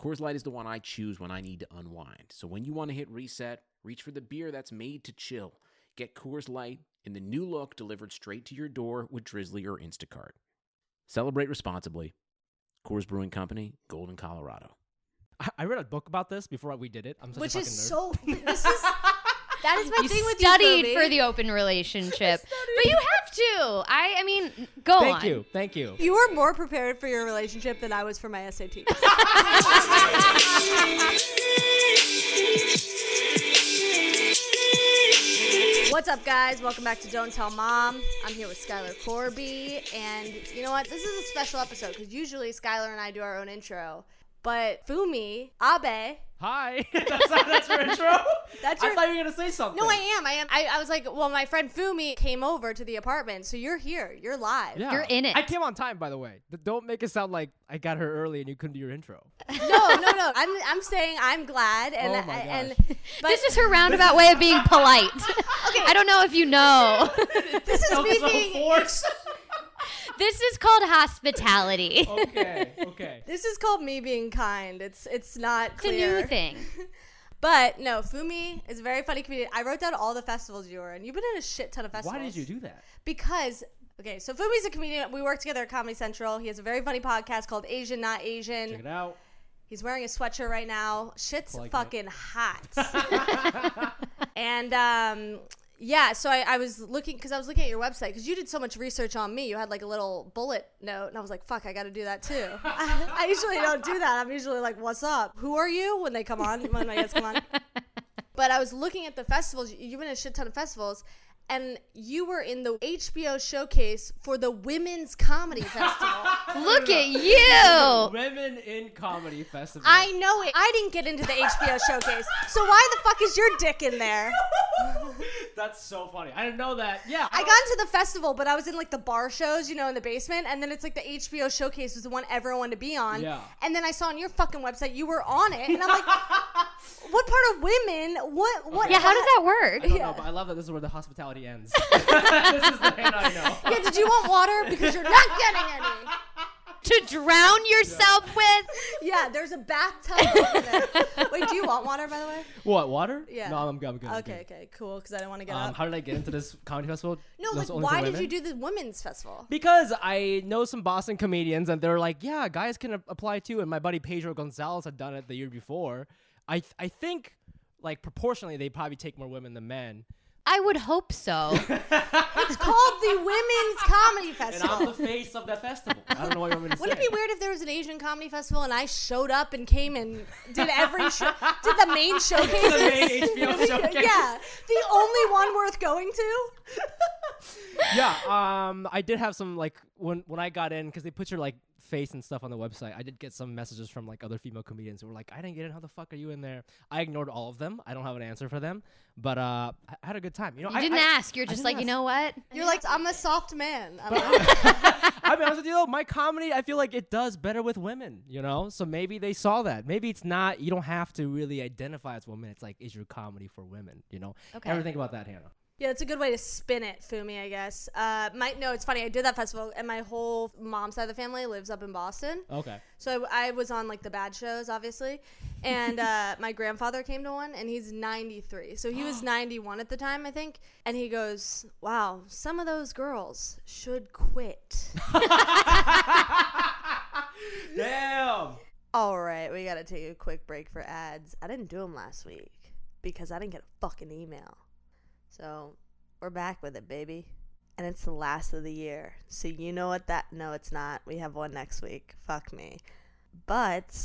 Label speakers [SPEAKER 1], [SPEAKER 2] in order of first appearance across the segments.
[SPEAKER 1] Coors Light is the one I choose when I need to unwind. So when you want to hit reset, reach for the beer that's made to chill. Get Coors Light in the new look delivered straight to your door with Drizzly or Instacart. Celebrate responsibly. Coors Brewing Company, Golden, Colorado.
[SPEAKER 2] I- I read a book about this before we did it. I'm such
[SPEAKER 3] Which
[SPEAKER 2] a fucking
[SPEAKER 3] is
[SPEAKER 2] nerd.
[SPEAKER 3] so. This is that is my
[SPEAKER 4] you
[SPEAKER 3] thing with
[SPEAKER 4] studied
[SPEAKER 3] you,
[SPEAKER 4] for
[SPEAKER 3] Furby.
[SPEAKER 4] the open relationship, but you have to. I, I mean, go
[SPEAKER 2] Thank
[SPEAKER 4] on.
[SPEAKER 2] you, thank you.
[SPEAKER 3] You were more prepared for your relationship than I was for my SAT. What's up, guys? Welcome back to Don't Tell Mom. I'm here with Skylar Corby, and you know what? This is a special episode because usually Skylar and I do our own intro, but Fumi Abe.
[SPEAKER 2] Hi. that's, not, that's your intro.
[SPEAKER 3] That's
[SPEAKER 2] I
[SPEAKER 3] your-
[SPEAKER 2] thought you were gonna say something.
[SPEAKER 3] No, I am. I am. I, I was like, well, my friend Fumi came over to the apartment, so you're here. You're live.
[SPEAKER 2] Yeah.
[SPEAKER 4] You're in it.
[SPEAKER 2] I came on time, by the way. Th- Don't make it sound like I got her early and you couldn't do your intro.
[SPEAKER 3] No, no, no. I'm I'm saying I'm glad and
[SPEAKER 2] Oh my
[SPEAKER 3] and
[SPEAKER 2] gosh.
[SPEAKER 3] but
[SPEAKER 4] this is her roundabout way of being polite. I don't know if you know.
[SPEAKER 3] this is me being
[SPEAKER 2] forced.
[SPEAKER 4] this is called hospitality.
[SPEAKER 2] okay. Okay.
[SPEAKER 3] this is called me being kind. It's it's not
[SPEAKER 4] It's a
[SPEAKER 3] clear.
[SPEAKER 4] new thing.
[SPEAKER 3] But no, Fumi is a very funny comedian. I wrote down all the festivals you were in. You've been in a shit ton of festivals.
[SPEAKER 2] Why did you do that?
[SPEAKER 3] Because okay, so Fumi's a comedian. We work together at Comedy Central. He has a very funny podcast called Asian Not
[SPEAKER 2] Check it
[SPEAKER 3] Asian.
[SPEAKER 2] out.
[SPEAKER 3] He's wearing a sweatshirt right now. Shit's
[SPEAKER 2] Plug it.
[SPEAKER 3] fucking hot. and um yeah, so I, I was looking because I was looking at your website because you did so much research on me. You had like a little bullet note, and I was like, "Fuck, I got to do that too." I, usually don't do that. I'm usually like, "What's up? Who are you?" When they come on, when my guests come on. But I was looking at the festivals. You- You've been at a shit ton of festivals, and you were in the HBO showcase for the Women's Comedy Festival.
[SPEAKER 4] Look at you.
[SPEAKER 2] Women in Comedy Festival.
[SPEAKER 3] Oh. I know it. I didn't get into the HBO showcase, so why the fuck is your dick in there?
[SPEAKER 2] That's so funny. I didn't know that. Yeah.
[SPEAKER 3] I got into the festival, but I was in like the bar shows, you know, in the basement, and then it's like the HBO showcase was the one everyone wanted to be on.
[SPEAKER 2] Yeah.
[SPEAKER 3] And then I saw on your fucking website you were on it, and I'm like, what part of women? What? What?
[SPEAKER 4] Yeah, how does that
[SPEAKER 2] I
[SPEAKER 4] work?
[SPEAKER 2] don't know, but I love that this is where the hospitality ends. this is the hand I know.
[SPEAKER 3] Yeah, did you want water? Because you're not getting any.
[SPEAKER 4] To drown yourself with?
[SPEAKER 3] Yeah, there's a bathtub over there. Wait, do you want water, by the way?
[SPEAKER 2] What water?
[SPEAKER 3] Yeah.
[SPEAKER 2] No, I'm good. I'm good. I'm
[SPEAKER 3] Okay,
[SPEAKER 2] good.
[SPEAKER 3] okay, cool, because I don't want to get
[SPEAKER 2] Um,
[SPEAKER 3] up.
[SPEAKER 2] how did I get into this comedy festival?
[SPEAKER 3] no,
[SPEAKER 2] That's
[SPEAKER 3] like,
[SPEAKER 2] only for
[SPEAKER 3] why did
[SPEAKER 2] women?
[SPEAKER 3] you do the women's festival?
[SPEAKER 2] Because I know some Boston comedians and they're like, yeah, guys can a- apply too. And my buddy Pedro Gonzalez had done it the year before. I th- I think like proportionally they probably take more women than men.
[SPEAKER 4] I would hope so.
[SPEAKER 3] It's called the Women's Comedy
[SPEAKER 2] And
[SPEAKER 3] Festival.
[SPEAKER 2] I'm the face of that festival. I don't know what you want me to
[SPEAKER 3] Wouldn't it
[SPEAKER 2] say.
[SPEAKER 3] be weird if there was an Asian comedy festival and I showed up and came and did every show, did the main showcases?
[SPEAKER 2] The main HBO showcase.
[SPEAKER 3] Yeah, the only one worth going to.
[SPEAKER 2] yeah um i did have some like when when i got in because they put your like face and stuff on the website, I did get some messages from like other female comedians who were like, "I didn't get it. How the fuck are you in there?" I ignored all of them. I don't have an answer for them, but uh, I I had a good time. You know,
[SPEAKER 4] You
[SPEAKER 2] I
[SPEAKER 4] didn't
[SPEAKER 2] I,
[SPEAKER 4] ask. You're just
[SPEAKER 2] didn't
[SPEAKER 4] like, you
[SPEAKER 2] ask.
[SPEAKER 4] know what?
[SPEAKER 3] You're like, I'm a soft man. I don't know.
[SPEAKER 2] I mean, honest with you though, my comedy, I feel like it does better with women, you know? So maybe they saw that. Maybe it's not, you don't have to really identify as women. It's like, is your comedy for women, you know?
[SPEAKER 4] Okay.
[SPEAKER 2] Never think about that, Hannah.
[SPEAKER 3] Yeah, it's a good way to spin it, Fumi, I guess. Uh, my, no, it's funny. I did that festival, and my whole mom side of the family lives up in Boston.
[SPEAKER 2] Okay.
[SPEAKER 3] So I, I was on like the bad shows, obviously. And uh, my grandfather came to one, and he's 93. So he was 91 at the time, I think. And he goes, Wow, some of those girls should quit.
[SPEAKER 2] Damn.
[SPEAKER 3] All right, we got to take a quick break for ads. I didn't do them last week because I didn't get a fucking email. So we're back with it, baby. And it's the last of the year. So you know what that. No, it's not. We have one next week. Fuck me. But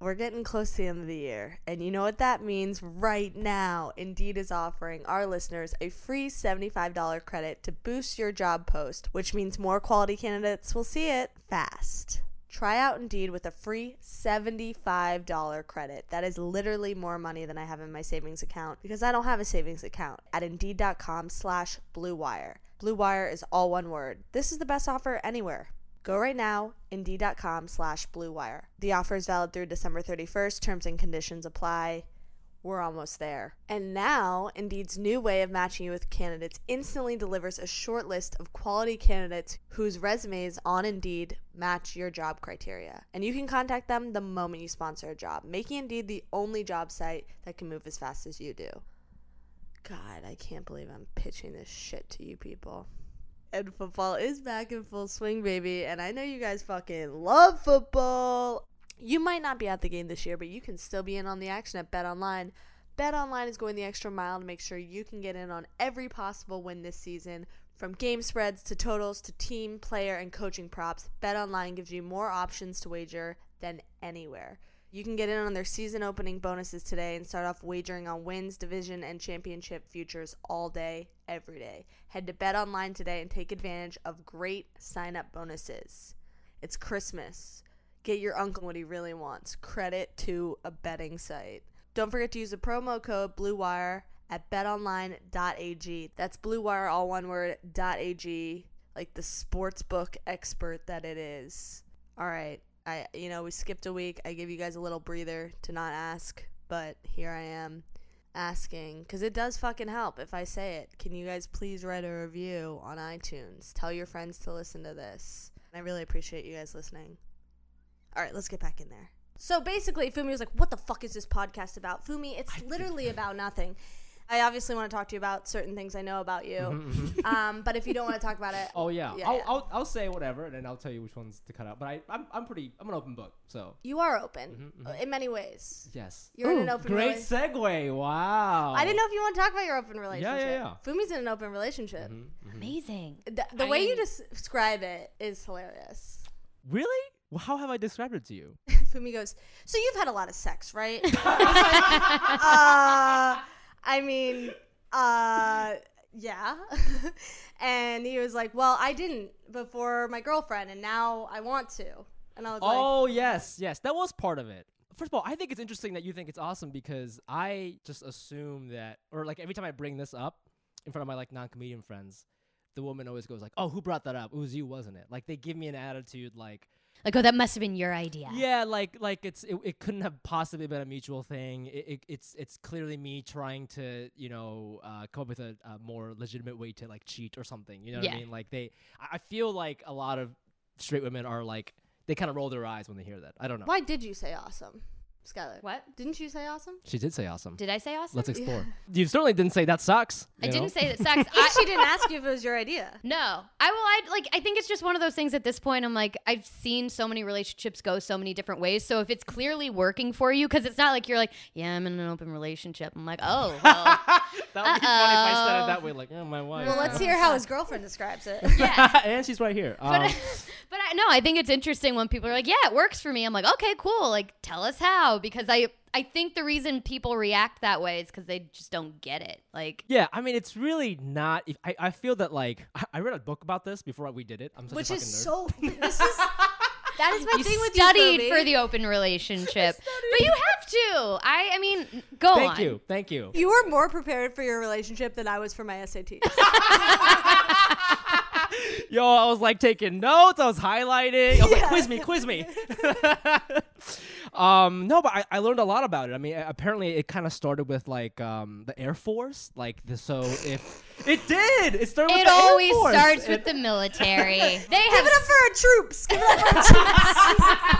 [SPEAKER 3] we're getting close to the end of the year. And you know what that means right now? Indeed is offering our listeners a free $75 credit to boost your job post, which means more quality candidates will see it fast. Try out Indeed with a free $75 credit. That is literally more money than I have in my savings account because I don't have a savings account at indeed.com slash blue wire. Blue wire is all one word. This is the best offer anywhere. Go right now, indeed.com slash blue wire. The offer is valid through December 31st. Terms and conditions apply. We're almost there. And now, Indeed's new way of matching you with candidates instantly delivers a short list of quality candidates whose resumes on Indeed match your job criteria. And you can contact them the moment you sponsor a job, making Indeed the only job site that can move as fast as you do. God, I can't believe I'm pitching this shit to you people. And football is back in full swing, baby. And I know you guys fucking love football. You might not be at the game this year, but you can still be in on the action at Bet Online. Bet Online is going the extra mile to make sure you can get in on every possible win this season. From game spreads to totals to team, player, and coaching props, Bet Online gives you more options to wager than anywhere. You can get in on their season opening bonuses today and start off wagering on wins, division, and championship futures all day, every day. Head to Bet Online today and take advantage of great sign up bonuses. It's Christmas. Get your uncle what he really wants credit to a betting site. Don't forget to use the promo code BLUEWIRE at betonline.ag. That's BLUEWIRE, all one word, .ag, like the sportsbook expert that it is. All right. I, you know, we skipped a week. I gave you guys a little breather to not ask, but here I am asking because it does fucking help if I say it. Can you guys please write a review on iTunes? Tell your friends to listen to this. I really appreciate you guys listening. All right, let's get back in there. So basically, Fumi was like, "What the fuck is this podcast about?" Fumi, it's literally about nothing. I obviously want to talk to you about certain things I know about you, um, but if you don't want to talk about it,
[SPEAKER 2] Mm-hmm, Oh, yeah.
[SPEAKER 3] Yeah,
[SPEAKER 2] I'll,
[SPEAKER 3] yeah.
[SPEAKER 2] I'll, I'll say whatever and then I'll tell you which ones to cut out. But I, I'm, I'm pretty, I'm an open book. So,
[SPEAKER 3] you are open
[SPEAKER 2] Mm-hmm,
[SPEAKER 3] uh, in many ways.
[SPEAKER 2] yes.
[SPEAKER 3] You're in an open
[SPEAKER 2] Great
[SPEAKER 3] relationship.
[SPEAKER 2] segue. Wow.
[SPEAKER 3] I didn't know if you want to talk about your open relationship.
[SPEAKER 2] yeah. Mm-hmm.
[SPEAKER 3] Fumi's in an open relationship.
[SPEAKER 4] Amazing.
[SPEAKER 3] The, the way you des- describe it is hilarious.
[SPEAKER 2] Really? Well, how have I described it to you?
[SPEAKER 3] Fumi goes, So you've had a lot of sex, right? I was like, uh, I mean, uh, yeah. and he was like, Well, I didn't before my girlfriend, and now I want to. And I was like,
[SPEAKER 2] Oh yes, yes, that was part of it. First of all, I think it's interesting that you think it's awesome because I just assume that, or like every time I bring this up in front of my like non-comedian friends, the woman always goes like, "Oh, who brought that up? It was you, wasn't it?" Like they give me an attitude like,
[SPEAKER 4] Like, oh, that must have been your idea.
[SPEAKER 2] "Yeah, like like it's it, it couldn't have possibly been a mutual thing. It, it, it's it's clearly me trying to you know uh, come up with a, a more legitimate way to like cheat or something. You know what I
[SPEAKER 4] Yeah.
[SPEAKER 2] mean? Like they, I I feel like a lot of straight women are like they kind of roll their eyes when they hear that. I don't know.
[SPEAKER 3] Why did you say awesome, Skylar?
[SPEAKER 4] What?
[SPEAKER 3] Didn't you say awesome?
[SPEAKER 2] She did say awesome.
[SPEAKER 4] Did I say awesome?
[SPEAKER 2] Let's explore. You certainly didn't say that sucks.
[SPEAKER 4] I
[SPEAKER 2] you know?
[SPEAKER 4] didn't say that sex.
[SPEAKER 3] I,
[SPEAKER 4] I,
[SPEAKER 3] she didn't ask you if it was your idea.
[SPEAKER 4] No, I will. I like. I think it's just one of those things. At this point, I'm like, I've seen so many relationships go so many different ways. So if it's clearly working for you, because it's not like you're like, yeah, I'm in an open relationship. I'm like, oh, well,
[SPEAKER 2] that would be funny if I said it
[SPEAKER 4] Uh-oh.
[SPEAKER 2] that way. Like, yeah, my wife.
[SPEAKER 3] Well, let's hear how his girlfriend describes it.
[SPEAKER 4] yeah.
[SPEAKER 2] and she's right here.
[SPEAKER 4] But,
[SPEAKER 2] Um,
[SPEAKER 4] but I no, I think it's interesting when people are like, yeah, it works for me. I'm like, okay, cool. Like, tell us how, because I I think the reason people react that way is because they just don't get it. Like,
[SPEAKER 2] yeah, I mean, it's really not. If, I I feel that like I, I read a book about this before we did it. I'm such
[SPEAKER 3] Which
[SPEAKER 2] a
[SPEAKER 3] is
[SPEAKER 2] fucking nerd.
[SPEAKER 3] so. This is. That is my
[SPEAKER 4] You
[SPEAKER 3] thing with
[SPEAKER 4] studied
[SPEAKER 3] you,
[SPEAKER 4] for
[SPEAKER 3] Phoebe.
[SPEAKER 4] the open relationship, but you have to. I, I mean, go
[SPEAKER 2] Thank
[SPEAKER 4] on.
[SPEAKER 2] you. Thank you.
[SPEAKER 3] You were more prepared for your relationship than I was for my SATs.
[SPEAKER 2] Yo, I was like taking notes. I was highlighting. I was like, quiz me, quiz me. um, no, but I, I learned a lot about it. I mean, a- apparently it kind of started with like um, the Air Force. Like, the, so if it did, it started with
[SPEAKER 4] It
[SPEAKER 2] the Air
[SPEAKER 4] always
[SPEAKER 2] Force.
[SPEAKER 4] starts
[SPEAKER 2] It-
[SPEAKER 4] with the military. They
[SPEAKER 3] Give
[SPEAKER 4] have
[SPEAKER 3] it up for our troops. Give it up for our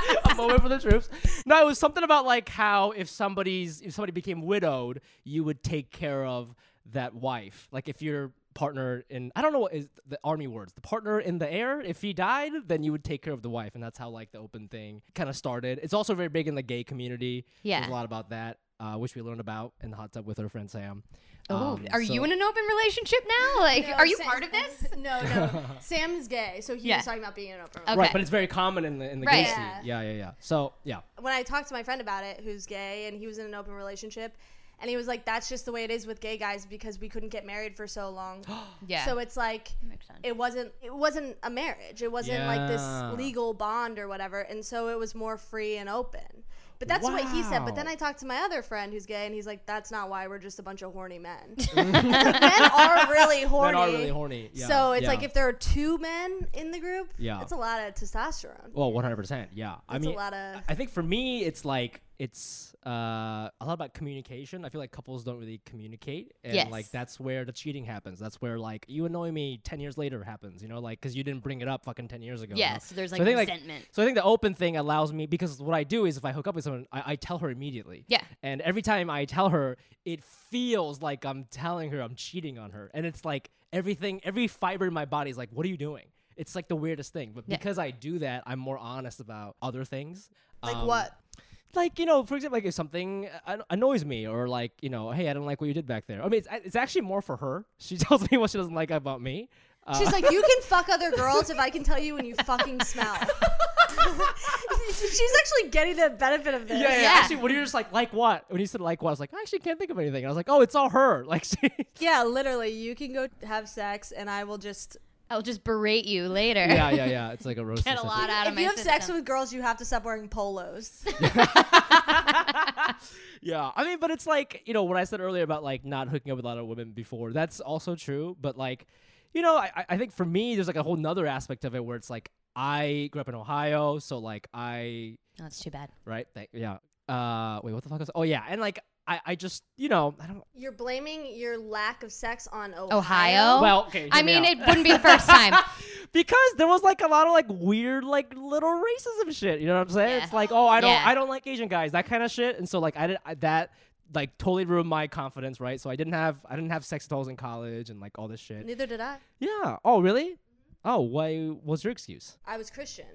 [SPEAKER 3] troops.
[SPEAKER 2] a moment for the troops. No, it was something about like how if somebody's if somebody became widowed, you would take care of that wife. Like if your partner in I don't know what is the army words. The partner in the air, if he died, then you would take care of the wife, and that's how like the open thing kind of started. It's also very big in the gay community.
[SPEAKER 4] Yeah.
[SPEAKER 2] There's a lot about that. Uh, which we learned about in the hot tub with our friend Sam.
[SPEAKER 4] Oh,
[SPEAKER 2] Um,
[SPEAKER 4] are you
[SPEAKER 2] so-
[SPEAKER 4] in an open relationship now? Like,
[SPEAKER 3] No,
[SPEAKER 4] are you
[SPEAKER 3] Sam-
[SPEAKER 4] part of this?
[SPEAKER 3] No, no. Sam is gay, so he
[SPEAKER 4] Yeah.
[SPEAKER 3] was talking about being an open.
[SPEAKER 4] Okay.
[SPEAKER 2] Right, but it's very common in the in the gay
[SPEAKER 4] Right.
[SPEAKER 2] scene.
[SPEAKER 3] Yeah.
[SPEAKER 2] Yeah, yeah, yeah. So yeah.
[SPEAKER 3] when I talked to my friend about it, who's gay, and he was in an open relationship, and he was like, "That's just the way it is with gay guys because we couldn't get married for so long."
[SPEAKER 4] Yeah.
[SPEAKER 3] So it's like
[SPEAKER 4] makes sense.
[SPEAKER 3] it wasn't it wasn't a marriage. It wasn't like
[SPEAKER 2] Yeah.
[SPEAKER 3] this legal bond or whatever, and so it was more free and open. But that's what he said. But then
[SPEAKER 2] Wow.
[SPEAKER 3] I talked to my other friend who's gay, and he's like, "That's not why. We're just a bunch of horny men. men are really horny.
[SPEAKER 2] Men are really horny. Yeah.
[SPEAKER 3] so it's
[SPEAKER 2] yeah.
[SPEAKER 3] like if there are two men in the group,
[SPEAKER 2] Yeah.
[SPEAKER 3] it's a lot of testosterone.
[SPEAKER 2] Well, one hundred percent. Yeah, I
[SPEAKER 3] It's a
[SPEAKER 2] mean,
[SPEAKER 3] lot of-
[SPEAKER 2] I think for me, it's like it's uh, a lot about communication. I feel like couples don't really communicate, and
[SPEAKER 4] Yes.
[SPEAKER 2] like that's where the cheating happens. That's where like you annoy me ten years later happens. You know, like because you didn't bring it up fucking ten years ago. you
[SPEAKER 4] Yeah,
[SPEAKER 2] know?
[SPEAKER 4] so there's,
[SPEAKER 2] I
[SPEAKER 4] like,
[SPEAKER 2] think,
[SPEAKER 4] resentment.
[SPEAKER 2] so I think the open thing allows me because what I do is if I hook up with someone, I, I tell her immediately.
[SPEAKER 4] Yeah.
[SPEAKER 2] And every time I tell her, it feels like I'm telling her I'm cheating on her, and it's like everything, every fiber in my body is like, what are you doing? It's like the weirdest thing, but
[SPEAKER 4] Yeah.
[SPEAKER 2] because I do that, I'm more honest about other things.
[SPEAKER 3] Like
[SPEAKER 2] Um,
[SPEAKER 3] what?
[SPEAKER 2] Like you know, for example, like if something uh, annoys me, or like you know, hey, I don't like what you did back there. I mean, it's, it's actually more for her. She tells me what she doesn't like about me. Uh,
[SPEAKER 3] She's like, you can fuck other girls if I can tell you when you fucking smell. She's actually getting the benefit of this.
[SPEAKER 2] Yeah, yeah,
[SPEAKER 4] Yeah.
[SPEAKER 2] Actually, when you're just like, like what? When you said like what, I was like, I actually can't think of anything. And I was like, oh, it's all her. Like she.
[SPEAKER 3] Yeah, literally, you can go have sex, and I will just.
[SPEAKER 4] I'll just berate you later.
[SPEAKER 2] yeah, yeah, yeah. It's like a roast.
[SPEAKER 4] Get a lot out of
[SPEAKER 3] if
[SPEAKER 4] my
[SPEAKER 3] you have sex
[SPEAKER 4] system.
[SPEAKER 3] with girls, you have to stop wearing polos.
[SPEAKER 2] yeah, I mean, but it's like you know what I said earlier about like not hooking up with a lot of women before. That's also true, but like, you know, I, I- I think for me, there's like a whole nother aspect of it where it's like I grew up in Ohio, so like I
[SPEAKER 4] Oh, that's too bad.
[SPEAKER 2] right, thank, yeah. Uh, wait, what the fuck was? Oh yeah, and like I, I just you know I don't.
[SPEAKER 3] You're blaming your lack of sex on Ohio.
[SPEAKER 4] Ohio?
[SPEAKER 2] Well, okay.
[SPEAKER 4] Oh, I
[SPEAKER 2] hear me
[SPEAKER 4] mean,
[SPEAKER 2] out.
[SPEAKER 4] it wouldn't be the first time.
[SPEAKER 2] because there was like a lot of like weird like little racism shit you know what i'm saying
[SPEAKER 4] Yeah.
[SPEAKER 2] it's like oh i don't
[SPEAKER 4] Yeah.
[SPEAKER 2] i don't like asian guys that kind of shit and so like i did I, that like totally ruined my confidence right so i didn't have i didn't have sex dolls in college and like all this shit
[SPEAKER 3] Neither did I.
[SPEAKER 2] yeah oh really oh why what's your excuse
[SPEAKER 3] I was Christian.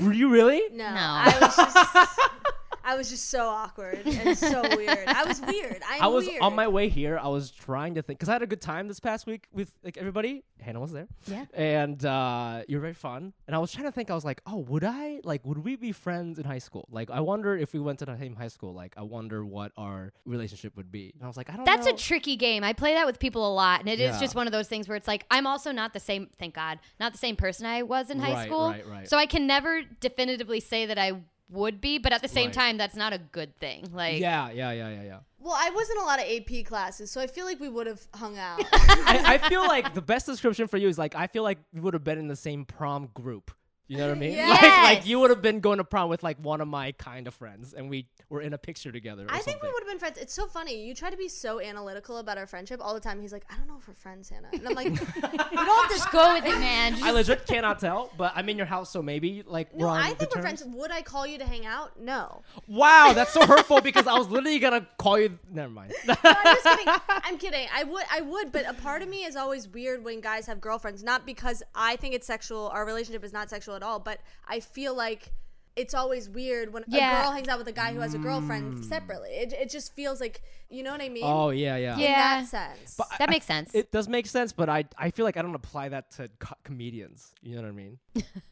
[SPEAKER 2] were you really
[SPEAKER 3] No,
[SPEAKER 4] No.
[SPEAKER 3] I was just. I was just so awkward and so weird. I was weird. I'm
[SPEAKER 2] I was
[SPEAKER 3] weird.
[SPEAKER 2] on my way here. I was trying to think because I had a good time this past week with like everybody. Hannah was there.
[SPEAKER 4] Yeah.
[SPEAKER 2] And uh, you were very fun. And I was trying to think. I was like, oh, would I like? Would we be friends in high school? Like, I wonder if we went to the same high school. Like, I wonder what our relationship would be. And I was like, I don't.
[SPEAKER 4] That's
[SPEAKER 2] know.
[SPEAKER 4] a tricky game. I play that with people a lot, and it is
[SPEAKER 2] Yeah.
[SPEAKER 4] just one of those things where it's like I'm also not the same. Thank God, not the same person I was in high
[SPEAKER 2] Right,
[SPEAKER 4] school.
[SPEAKER 2] right, right.
[SPEAKER 4] So I can never definitively say that I would be, but at the same
[SPEAKER 2] Right.
[SPEAKER 4] time, that's not a good thing. Like,
[SPEAKER 2] yeah, yeah, yeah, yeah, yeah.
[SPEAKER 3] well, I was in a lot of AP classes, so I feel like we would have hung out.
[SPEAKER 2] I, I feel like the best description for you is like I feel like we would have been in the same prom group. You know what I mean? Like, like
[SPEAKER 4] Yes.
[SPEAKER 2] you would have been going to prom with like one of my kind of friends, and we were in a picture together. Or
[SPEAKER 3] I
[SPEAKER 2] something.
[SPEAKER 3] think we would have been friends. It's so funny. You try to be so analytical about our friendship all the time. He's like, I don't know if we're friends, Hannah. And I'm like,
[SPEAKER 4] you don't just go with it, man.
[SPEAKER 2] I
[SPEAKER 4] Just-
[SPEAKER 2] legit cannot tell, but I'm in your house, so maybe like
[SPEAKER 3] No,
[SPEAKER 2] we're on
[SPEAKER 3] I
[SPEAKER 2] good
[SPEAKER 3] think we're
[SPEAKER 2] terms.
[SPEAKER 3] friends. Would I call you to hang out? No.
[SPEAKER 2] Wow, that's so hurtful because I was literally gonna call you. Never mind.
[SPEAKER 3] No, I'm just kidding. I'm kidding. I would, I would, but a part of me is always weird when guys have girlfriends. Not because I think it's sexual. Our relationship is not sexual at all, but I feel like it's always weird when
[SPEAKER 4] Yeah.
[SPEAKER 3] a girl hangs out with a guy who has a girlfriend separately. It, it just feels like, you know what I mean?
[SPEAKER 2] Mm. oh yeah, yeah.
[SPEAKER 3] In
[SPEAKER 4] Yeah.
[SPEAKER 3] that sense.
[SPEAKER 4] that makes sense.
[SPEAKER 2] It does make sense, but I I feel like I don't apply that to co- comedians. You know what I mean?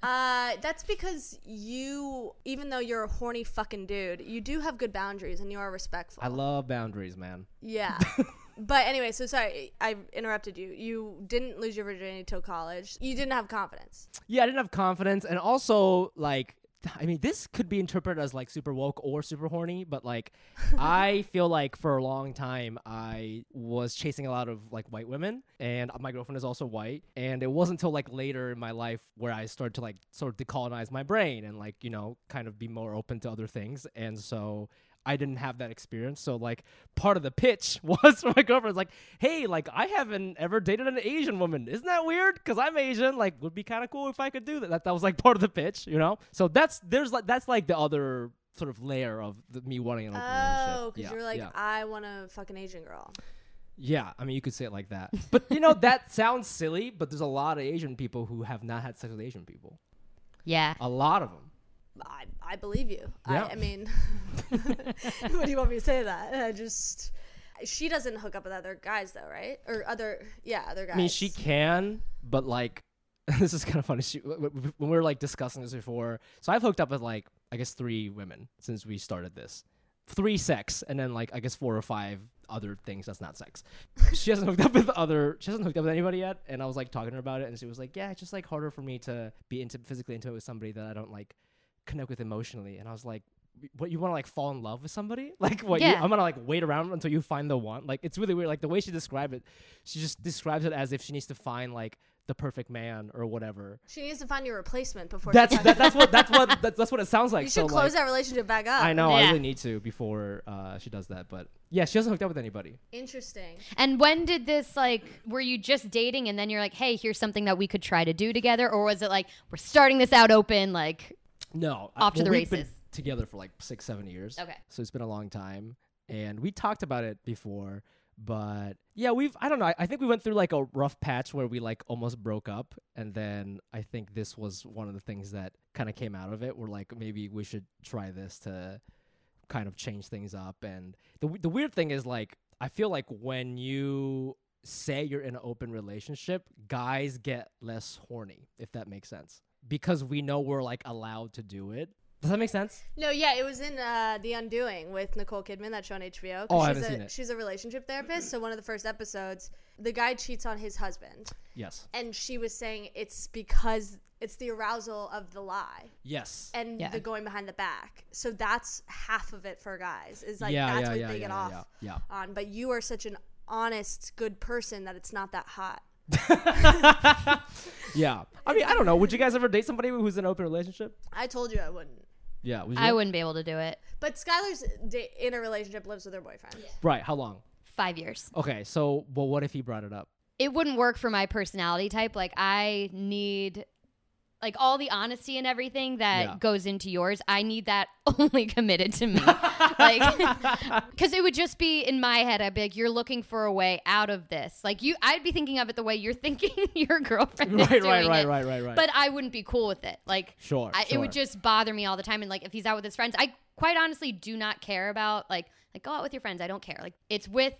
[SPEAKER 3] Uh, that's because you, even though you're a horny fucking dude, you do have good boundaries and you are respectful.
[SPEAKER 2] I love boundaries, man.
[SPEAKER 3] yeah. but anyway, so sorry, I interrupted you. You didn't lose your virginity till college. You didn't have confidence.
[SPEAKER 2] Yeah, I didn't have confidence, and also like I mean, this could be interpreted as like super woke or super horny, but like, I feel like for a long time I was chasing a lot of like white women, and my girlfriend is also white. And it wasn't until like later in my life where I started to like sort of decolonize my brain and like you know kind of be more open to other things. And so I didn't have that experience. So like part of the pitch was for my girlfriend's like, hey, like I haven't ever dated an Asian woman. Isn't that weird? Because I'm Asian. Like would be kind of cool if I could do that. that. That was like part of the pitch, you know. So that's there's like that's like the other sort of layer of the, me wanting an open
[SPEAKER 3] Oh,
[SPEAKER 2] relationship.
[SPEAKER 3] because
[SPEAKER 2] Yeah,
[SPEAKER 3] you're like, "Ah."
[SPEAKER 2] yeah.
[SPEAKER 3] I want a fucking Asian girl.
[SPEAKER 2] Yeah, I mean, you could say it like that. But you know, that sounds silly, but there's a lot of Asian people who have not had sex with Asian people.
[SPEAKER 4] Yeah.
[SPEAKER 2] A lot of them.
[SPEAKER 3] I, I believe you.
[SPEAKER 2] Yeah.
[SPEAKER 3] I, I mean, what do you want me to say to that? I just. She doesn't hook up with other guys, though, right? Or other, yeah, other guys.
[SPEAKER 2] I mean, she can, but like, this is kind of funny. She, w- w- when we were like discussing this before, so I've hooked up with like, I guess three women since we started this, three sex, and then like I guess four or five other things that's not sex. she hasn't hooked up with other. She hasn't hooked up with anybody yet. And I was like talking to her about it, and she was like, "Yeah, it's just like harder for me to be into physically intimate with somebody that I don't like connect with emotionally." And I was like. What you want to like fall in love with somebody? Like what? You,
[SPEAKER 4] Yeah.
[SPEAKER 2] I'm gonna like wait around until you find the one. Like it's really weird. Like the way she described it, she just describes it as if she needs to find like the perfect man or whatever.
[SPEAKER 3] She needs to find your replacement before. she
[SPEAKER 2] That's
[SPEAKER 3] touches
[SPEAKER 2] that, that's what that's what that's, that's what it sounds like.
[SPEAKER 3] You should
[SPEAKER 2] so
[SPEAKER 3] close
[SPEAKER 2] like,
[SPEAKER 3] that relationship back up.
[SPEAKER 2] I know I
[SPEAKER 4] Uh, Yeah.
[SPEAKER 2] really need to before uh, she does that, but yeah, she hasn't hooked up with anybody.
[SPEAKER 3] Interesting.
[SPEAKER 4] And when did this like were you just dating and then you're like, "Hey, here's something that we could try to do together?" Or was it like, "We're starting this out open like
[SPEAKER 2] No,
[SPEAKER 4] Off to the
[SPEAKER 2] we've been
[SPEAKER 4] races.
[SPEAKER 2] together for like six, seven years.
[SPEAKER 4] Okay.
[SPEAKER 2] so it's been a long time, and we talked about it before, but yeah, we've I don't know. I, I think we went through like a rough patch where we like almost broke up, and then I think this was one of the things that kind of came out of it. We're like, maybe we should try this to kind of change things up. And the w- the weird thing is like I feel like when you say you're in an open relationship, guys get less horny, if that makes sense. Because we know we're like allowed to do it. Does that make sense?
[SPEAKER 3] No, yeah, it was in uh, The Undoing with Nicole Kidman that show on HBO. 'cause
[SPEAKER 2] Oh, I
[SPEAKER 3] she's
[SPEAKER 2] haven't
[SPEAKER 3] a,
[SPEAKER 2] seen it.
[SPEAKER 3] She's a relationship therapist, so one of the first episodes, the guy cheats on his husband,
[SPEAKER 2] Yes.
[SPEAKER 3] and she was saying it's because it's the arousal of the lie
[SPEAKER 2] Yes.
[SPEAKER 3] and
[SPEAKER 4] Yeah.
[SPEAKER 3] the going behind the back. So that's half of it for guys. Is like that's what they get off
[SPEAKER 2] yeah,
[SPEAKER 3] on. But you are such an honest, good person that it's not that hot.
[SPEAKER 2] yeah. Yeah. I mean, I don't know. Would you guys ever date somebody who's in an open relationship?
[SPEAKER 3] I told you I wouldn't.
[SPEAKER 2] Yeah. Would you?
[SPEAKER 4] I wouldn't be able to do it."
[SPEAKER 3] But Skylar's da- in a relationship, lives with her boyfriend.
[SPEAKER 2] Right. How long?
[SPEAKER 4] 5 years.
[SPEAKER 2] Okay. So, well, what if he brought it up?
[SPEAKER 4] It wouldn't work for my personality type. Like I need like all the honesty and everything that
[SPEAKER 2] Yeah.
[SPEAKER 4] goes into yours, I need that only committed to me. like cuz it would just be in my head I'd be like you're looking for a way out of this. Like you I'd be thinking of it the way you're thinking your girlfriend is
[SPEAKER 2] Right.
[SPEAKER 4] doing
[SPEAKER 2] Right. Right.
[SPEAKER 4] it.
[SPEAKER 2] Right. Right. Right.
[SPEAKER 4] but I wouldn't be cool with it. Like,
[SPEAKER 2] Sure,
[SPEAKER 4] I, it would
[SPEAKER 2] sure.
[SPEAKER 4] just bother me all the time. And like, if he's out with his friends, I quite honestly do not care about like, like go out with your friends. I don't care. Like, it's with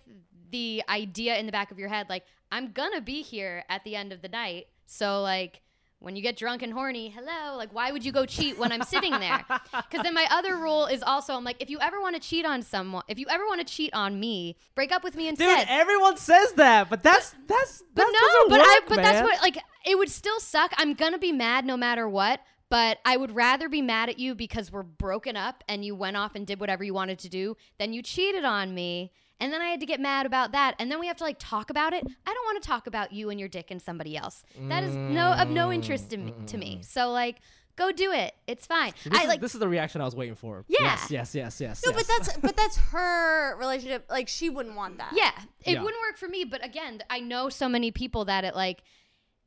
[SPEAKER 4] the idea in the back of your head, like I'm gonna be here at the end of the night. So like, when you get drunk and horny, hello, like why would you go cheat when I'm sitting there? Because then my other rule is also I'm like, if you ever want to cheat on someone, if you ever want to cheat on me, break up with me
[SPEAKER 2] Dude,
[SPEAKER 4] instead.
[SPEAKER 2] everyone says that, but that's that's
[SPEAKER 4] But
[SPEAKER 2] that
[SPEAKER 4] no,
[SPEAKER 2] doesn't
[SPEAKER 4] but I
[SPEAKER 2] work,
[SPEAKER 4] but
[SPEAKER 2] man.
[SPEAKER 4] that's what like it would still suck. I'm gonna be mad no matter what, but I would rather be mad at you because we're broken up and you went off and did whatever you wanted to do than you cheated on me and then I had to get mad about that and then we have to like talk about it. I don't want to talk about you and your dick and somebody else. That is no of no interest to me, to me. So like go do it. It's fine.
[SPEAKER 2] Mm. This,
[SPEAKER 4] I
[SPEAKER 2] is,
[SPEAKER 4] like
[SPEAKER 2] this is the reaction I was waiting for.
[SPEAKER 4] Yeah.
[SPEAKER 2] Yes, yes, yes, yes.
[SPEAKER 3] No,
[SPEAKER 2] yes.
[SPEAKER 3] but that's but that's her relationship. Like she wouldn't want that.
[SPEAKER 4] Yeah, it
[SPEAKER 2] Yeah.
[SPEAKER 4] wouldn't work for me. But again, I know so many people that it like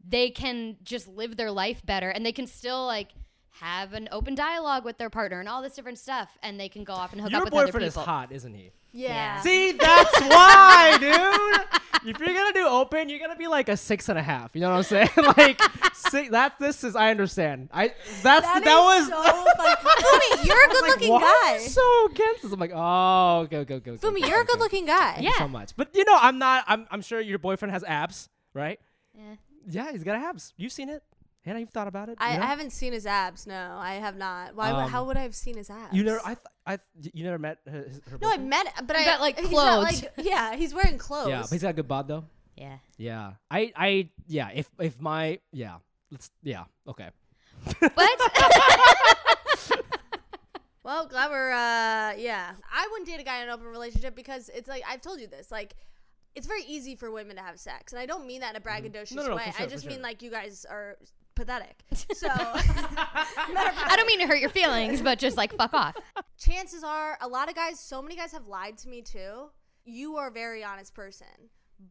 [SPEAKER 4] they can just live their life better and they can still like have an open dialogue with their partner and all this different stuff and they can go off and hook
[SPEAKER 2] your
[SPEAKER 4] up with other
[SPEAKER 2] boyfriend
[SPEAKER 4] people.
[SPEAKER 2] is hot, isn't he?
[SPEAKER 3] Yeah.
[SPEAKER 2] See, that's why, dude. If you're gonna do open, you're gonna be like a six and a half. You know what I'm saying? like, si that this is. I understand. I that's that,
[SPEAKER 3] That is
[SPEAKER 2] was.
[SPEAKER 3] so funny. Fumi, you're a
[SPEAKER 2] I was like,
[SPEAKER 3] good-looking
[SPEAKER 2] why are you
[SPEAKER 3] guy.
[SPEAKER 2] so against this? I'm like, oh, go go go.
[SPEAKER 3] Fumi, you're a good-looking guy.
[SPEAKER 4] Yeah.
[SPEAKER 2] So much, but you know, I'm not. I'm. I'm sure your boyfriend has abs, right?
[SPEAKER 4] Yeah.
[SPEAKER 2] Yeah, he's got abs. You've seen it, Hannah. You've thought about it.
[SPEAKER 3] I,
[SPEAKER 2] you know?
[SPEAKER 3] I haven't seen his abs. No, I have not. Why? would
[SPEAKER 2] Um,
[SPEAKER 3] how would I have seen his abs?
[SPEAKER 2] You never. I. Th- I. th- You never met her. his- her
[SPEAKER 3] no, I
[SPEAKER 2] boyfriend?
[SPEAKER 3] met, but I
[SPEAKER 4] got, like,
[SPEAKER 3] he's not,
[SPEAKER 4] clothes.
[SPEAKER 3] like- yeah, he's wearing clothes.
[SPEAKER 2] Yeah, but he's got a good bod though.
[SPEAKER 4] Yeah.
[SPEAKER 2] Yeah. I I yeah, if if my yeah, let's yeah, okay.
[SPEAKER 4] But
[SPEAKER 3] Well, glad we're uh yeah. I wouldn't date a guy in an open relationship because it's like I've told you this, like it's very easy for women to have sex. And I don't mean that in a braggadocious
[SPEAKER 2] Mm-hmm. No, no, no,
[SPEAKER 3] way.
[SPEAKER 2] for sure,
[SPEAKER 3] I
[SPEAKER 2] for
[SPEAKER 3] just mean
[SPEAKER 2] sure.
[SPEAKER 3] like you guys are pathetic. So
[SPEAKER 4] I don't mean to hurt your feelings, but just like fuck off.
[SPEAKER 3] chances are a lot of guys, so many guys have lied to me too. You are a very honest person.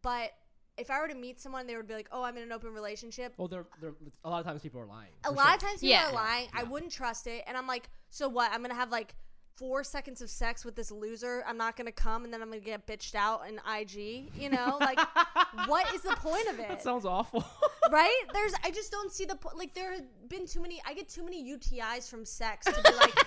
[SPEAKER 3] But if I were to meet someone, they would be like, "Oh, I'm in an open relationship."
[SPEAKER 2] Well, they're, they're, a lot of times people are lying.
[SPEAKER 3] a
[SPEAKER 2] Oh, for
[SPEAKER 3] lot of
[SPEAKER 2] sure.
[SPEAKER 3] times people
[SPEAKER 4] Yeah.
[SPEAKER 3] are lying. I wouldn't trust it. And I'm like, so what? I'm gonna have like four seconds of sex with this loser. I'm not gonna come, and then I'm gonna get bitched out in IG. You know, like, what is the point of it?
[SPEAKER 2] That sounds awful.
[SPEAKER 3] right? There's, I just don't see the point. Like, there have been too many. I get too many UTIs from sex to be like.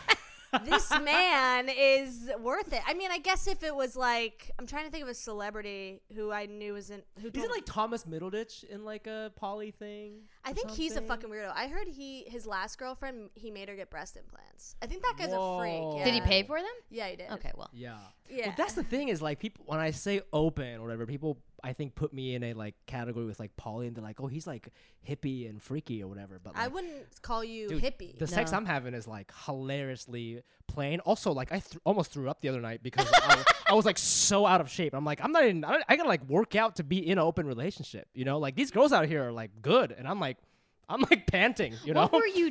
[SPEAKER 3] this man is worth it. I mean, I guess if it was like I'm trying to think of a celebrity who I knew isn't who
[SPEAKER 2] Isn't
[SPEAKER 3] told-
[SPEAKER 2] like Thomas Middleditch in like a poly thing?
[SPEAKER 3] I
[SPEAKER 2] or
[SPEAKER 3] think he's a
[SPEAKER 2] something?
[SPEAKER 3] fucking weirdo. I heard he his last girlfriend he made her get breast implants. I think that guy's a
[SPEAKER 2] Whoa.
[SPEAKER 3] freak. Yeah.
[SPEAKER 4] Did he pay for them?
[SPEAKER 3] Yeah, he did.
[SPEAKER 4] Okay, well.
[SPEAKER 2] Yeah. Well,
[SPEAKER 3] Yeah.
[SPEAKER 2] that's the thing is like people when I say open or whatever, people I think put me in a like category with like Polly and they're like, oh, he's like hippie and freaky or whatever. But like,
[SPEAKER 3] I wouldn't call you
[SPEAKER 2] dude,
[SPEAKER 3] hippie.
[SPEAKER 2] The sex
[SPEAKER 4] No.
[SPEAKER 2] I'm having is like hilariously plain. Also, like I th- almost threw up the other night because I, I was like so out of shape. I'm like, I'm not even. I, don't- I gotta like work out to be in an open relationship. You know, like these girls out here are like good, and I'm like. I'm like panting, you know.
[SPEAKER 4] What were you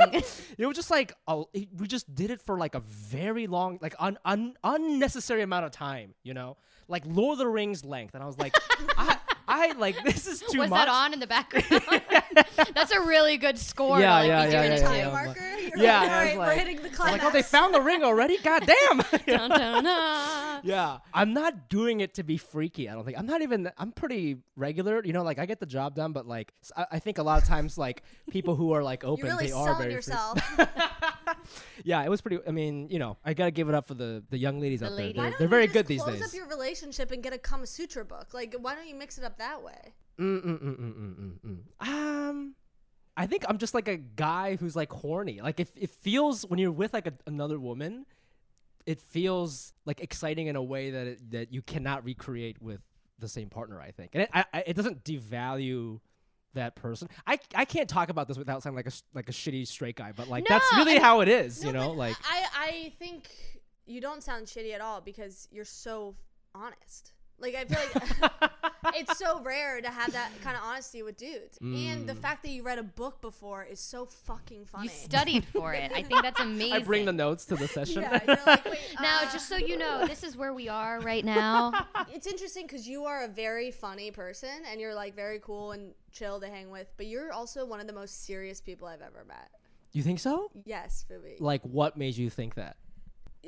[SPEAKER 2] It was just like a, it- we just did it for like a very long, like un, un, unnecessary amount of time, you know, like Lord of the Rings length. And I was like, I, I like this is too
[SPEAKER 4] was
[SPEAKER 2] much.
[SPEAKER 4] that on in the background? That's a really good score.
[SPEAKER 2] Yeah,
[SPEAKER 4] to, like,
[SPEAKER 2] yeah,
[SPEAKER 4] be
[SPEAKER 2] yeah,
[SPEAKER 4] doing
[SPEAKER 2] yeah,
[SPEAKER 4] at
[SPEAKER 2] yeah,
[SPEAKER 4] a
[SPEAKER 2] yeah.
[SPEAKER 4] time.
[SPEAKER 3] marker. You're
[SPEAKER 2] Yeah,
[SPEAKER 3] like,
[SPEAKER 2] I
[SPEAKER 3] all
[SPEAKER 2] was
[SPEAKER 3] right,
[SPEAKER 2] like-
[SPEAKER 3] we're hitting the
[SPEAKER 2] I'm
[SPEAKER 3] climax.
[SPEAKER 2] like, oh, they found the ring already. God damn.
[SPEAKER 4] Dun, dun, dun.
[SPEAKER 2] yeah, I'm not doing it to be freaky. I don't think I'm not even. I'm pretty regular, you know. Like I get the job done, but like s- I, I think a lot of times like people who are like open,
[SPEAKER 3] You're really
[SPEAKER 2] they are
[SPEAKER 3] selling
[SPEAKER 2] very freaky.
[SPEAKER 3] yourself.
[SPEAKER 2] Yeah, it was pretty. I mean, you know, I gotta give it up for the the young ladies out
[SPEAKER 4] ladies.
[SPEAKER 2] there. They're,
[SPEAKER 3] Why
[SPEAKER 4] Why
[SPEAKER 3] don't
[SPEAKER 2] they're
[SPEAKER 3] you
[SPEAKER 2] very
[SPEAKER 3] just
[SPEAKER 2] good these
[SPEAKER 3] close
[SPEAKER 2] days.
[SPEAKER 3] up your relationship and get a Kama Sutra book. Like, why don't you mix it up that way?
[SPEAKER 2] Mm, mm, mm, mm, mm, mm, mm. Um, I think I'm just like a guy who's like horny. Like if it feels when you're with like a, another woman, it feels like exciting in a way that it, that you cannot recreate with the same partner. I think, and it, I, I, it doesn't devalue that person. I, I can't talk about this without sounding like a s- like a shitty straight guy, but like that's
[SPEAKER 4] No,
[SPEAKER 2] really
[SPEAKER 4] I-
[SPEAKER 2] how it is. you
[SPEAKER 3] No,
[SPEAKER 2] know,
[SPEAKER 3] but
[SPEAKER 2] like
[SPEAKER 3] I, I think you don't sound shitty at all because you're so honest. Like I feel like it's so rare to have that kind of honesty with dudes, and the
[SPEAKER 2] Mm.
[SPEAKER 3] fact that you read a book before is so fucking funny.
[SPEAKER 4] You studied for it. I think that's amazing.
[SPEAKER 2] I bring the notes to the session.
[SPEAKER 3] yeah, you're like, wait,
[SPEAKER 4] Now,
[SPEAKER 3] uh,
[SPEAKER 4] just so you know, this is where we are right now.
[SPEAKER 3] it's interesting because you are a very funny person, and you're like very cool and chill to hang with, but you're also one of the most serious people I've ever met.
[SPEAKER 2] you think so?
[SPEAKER 3] Yes, Phoebe.
[SPEAKER 2] Like, what made you think that?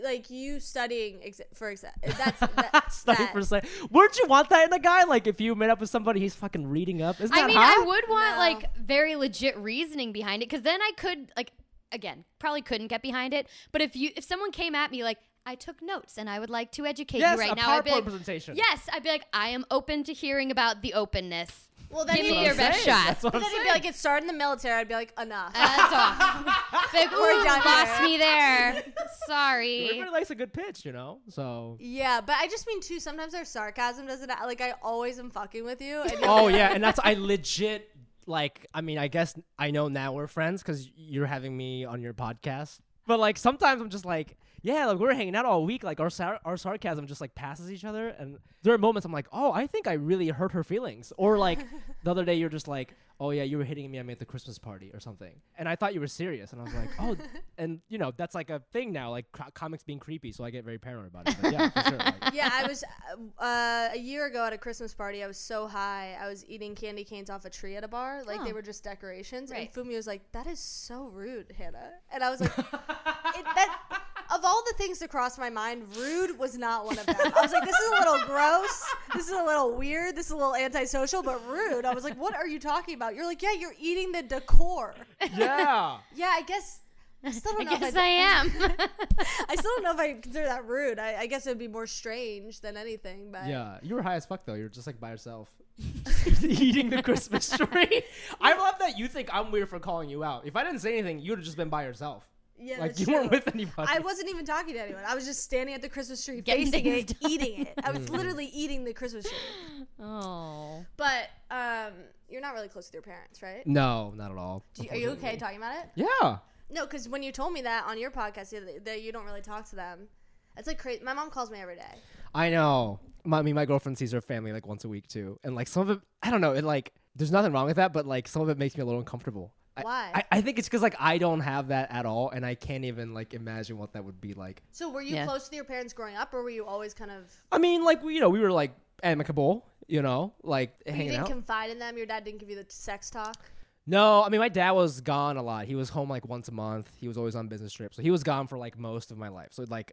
[SPEAKER 3] Like you studying exa- for exa- that's that,
[SPEAKER 2] study
[SPEAKER 3] that.
[SPEAKER 2] for sex. Wouldn't you want that in a guy? Like if you met up with somebody, he's fucking reading up. Isn't that
[SPEAKER 4] I mean,
[SPEAKER 2] hot?
[SPEAKER 4] I would want
[SPEAKER 3] No.
[SPEAKER 4] like very legit reasoning behind it because then I could like again probably couldn't get behind it. But if you if someone came at me like I took notes and I would like to educate
[SPEAKER 2] Yes,
[SPEAKER 4] you right
[SPEAKER 2] a
[SPEAKER 4] now, I'd be
[SPEAKER 2] PowerPoint
[SPEAKER 4] like,
[SPEAKER 2] presentation.
[SPEAKER 4] yes, I'd be like I am open to hearing about the openness.
[SPEAKER 3] Well, then
[SPEAKER 4] Give
[SPEAKER 3] you'd
[SPEAKER 4] me
[SPEAKER 3] be-
[SPEAKER 4] your best
[SPEAKER 2] saying.
[SPEAKER 4] shot.
[SPEAKER 2] That's Uh, what I'm
[SPEAKER 3] But then it'd be like, it started in the military. I'd be like, enough.
[SPEAKER 4] That's all. Big
[SPEAKER 3] We're
[SPEAKER 4] ooh,
[SPEAKER 3] done
[SPEAKER 4] lost
[SPEAKER 3] here.
[SPEAKER 4] me there. Sorry.
[SPEAKER 2] Everybody likes a good pitch, you know. So.
[SPEAKER 3] yeah, but I just mean too. Sometimes our sarcasm doesn't like. I always am fucking with you. And you're
[SPEAKER 2] Oh yeah, and that's I legit like. I mean, I guess I know now we're friends because you're having me on your podcast. But like sometimes I'm just like, yeah, like we're hanging out all week. Like our sar- our sarcasm just like passes each other, and there are moments I'm like, oh, I think I really hurt her feelings. Or like the other day you're just like, oh yeah, you were hitting me. I'm at the Christmas party or something, and I thought you were serious, and I was like, oh, and you know that's like a thing now, like co- comics being creepy. So I get very paranoid about it. But yeah, for sure. like-
[SPEAKER 3] yeah, I was uh, a year ago at a Christmas party. I was so high, I was eating candy canes off a tree at a bar. Like they
[SPEAKER 4] Oh.
[SPEAKER 3] were just decorations.
[SPEAKER 4] Right.
[SPEAKER 3] And Fumi was like, "That is so rude, Hannah." And I was like, it, that, "Of all the things to cross my mind, rude was not one of them." I was like, "This is a little gross. This is a little weird. This is a little antisocial, but rude." I was like, "What are you talking about?" You're like, "Yeah, you're eating the decor."
[SPEAKER 2] yeah.
[SPEAKER 3] Yeah, I guess. I still don't
[SPEAKER 4] I
[SPEAKER 3] know.
[SPEAKER 4] guess
[SPEAKER 3] if
[SPEAKER 4] I am.
[SPEAKER 3] I still don't know if I consider that rude. I, I guess it would be more strange than anything, but
[SPEAKER 2] Yeah, you were high as fuck though. You were just like by yourself, Just eating the Christmas tree. I love that you think I'm weird for calling you out. If I didn't say anything, you'd have just been by yourself.
[SPEAKER 3] Yeah,
[SPEAKER 2] like
[SPEAKER 3] that's
[SPEAKER 2] you weren't
[SPEAKER 3] true.
[SPEAKER 2] with anybody.
[SPEAKER 3] I wasn't even talking to anyone. I was just standing at the Christmas tree,
[SPEAKER 4] Getting
[SPEAKER 3] facing
[SPEAKER 4] things
[SPEAKER 3] it, eating it. I
[SPEAKER 2] Mm.
[SPEAKER 3] was literally eating the Christmas tree.
[SPEAKER 4] oh.
[SPEAKER 3] But um, you're not really close with your parents, right?
[SPEAKER 2] no, not at all.
[SPEAKER 3] Do you, are you okay talking about it?
[SPEAKER 2] Yeah,
[SPEAKER 3] No, because when you told me that on your podcast the other- that you don't really talk to them, it's like crazy. My mom calls me every day.
[SPEAKER 2] I know. My, I mean, my girlfriend sees her family like once a week too, and like some of it, I don't know. It like there's nothing wrong with that, but like some of it makes me a little uncomfortable. I-
[SPEAKER 3] Why?
[SPEAKER 2] I, I think it's because like I don't have that at all, and I can't even like imagine what that would be like.
[SPEAKER 3] So were you
[SPEAKER 4] Yeah.
[SPEAKER 3] close to your parents growing up, or were you always kind of?
[SPEAKER 2] I mean, like we, you know, we were like amicable, you know, like
[SPEAKER 3] you
[SPEAKER 2] hanging
[SPEAKER 3] didn't
[SPEAKER 2] out.
[SPEAKER 3] confide in them. Your dad didn't give you the sex talk.
[SPEAKER 2] no, I mean, my dad was gone a lot. He was home like once a month. He was always on business trips, so he was gone for like most of my life. So like,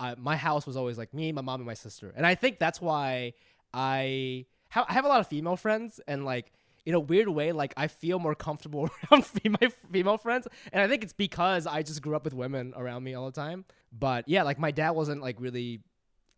[SPEAKER 2] I, my house was always like me, my mom, and my sister, and I think that's why I have I have a lot of female friends, and like in a weird way, like I feel more comfortable around female female friends, and I think it's because I just grew up with women around me all the time. But yeah, like my dad wasn't like really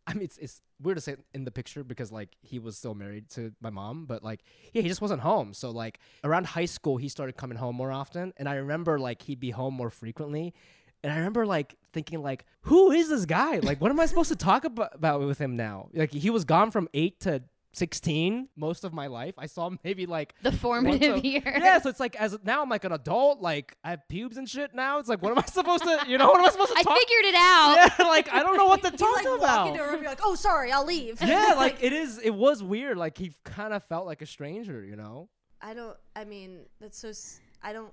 [SPEAKER 2] I mean, it's it's weird to say in the picture because like he was still married to my mom, but like yeah, he just wasn't home. So like around high school, he started coming home more often, and I remember like he'd be home more frequently, and I remember like thinking like, who is this guy? Like, what am I supposed to talk about, about with him now? Like he was gone from eight to. 16 most of my life i saw him maybe like
[SPEAKER 4] The formative
[SPEAKER 2] once a-
[SPEAKER 4] years.
[SPEAKER 2] yeah so it's like as now i'm like an adult like i have pubes and shit now it's like what am i supposed to you know what am i supposed to
[SPEAKER 4] I
[SPEAKER 2] talk
[SPEAKER 4] figured it out.
[SPEAKER 2] yeah, like i don't know what to
[SPEAKER 3] You
[SPEAKER 2] talk
[SPEAKER 3] like walk
[SPEAKER 2] about
[SPEAKER 3] into a room, you're like, "Oh, sorry, I'll leave."
[SPEAKER 2] yeah, like it is. It was weird. Like he kind of felt like a stranger, you know.
[SPEAKER 3] I don't. I mean, that's so. s- I don't.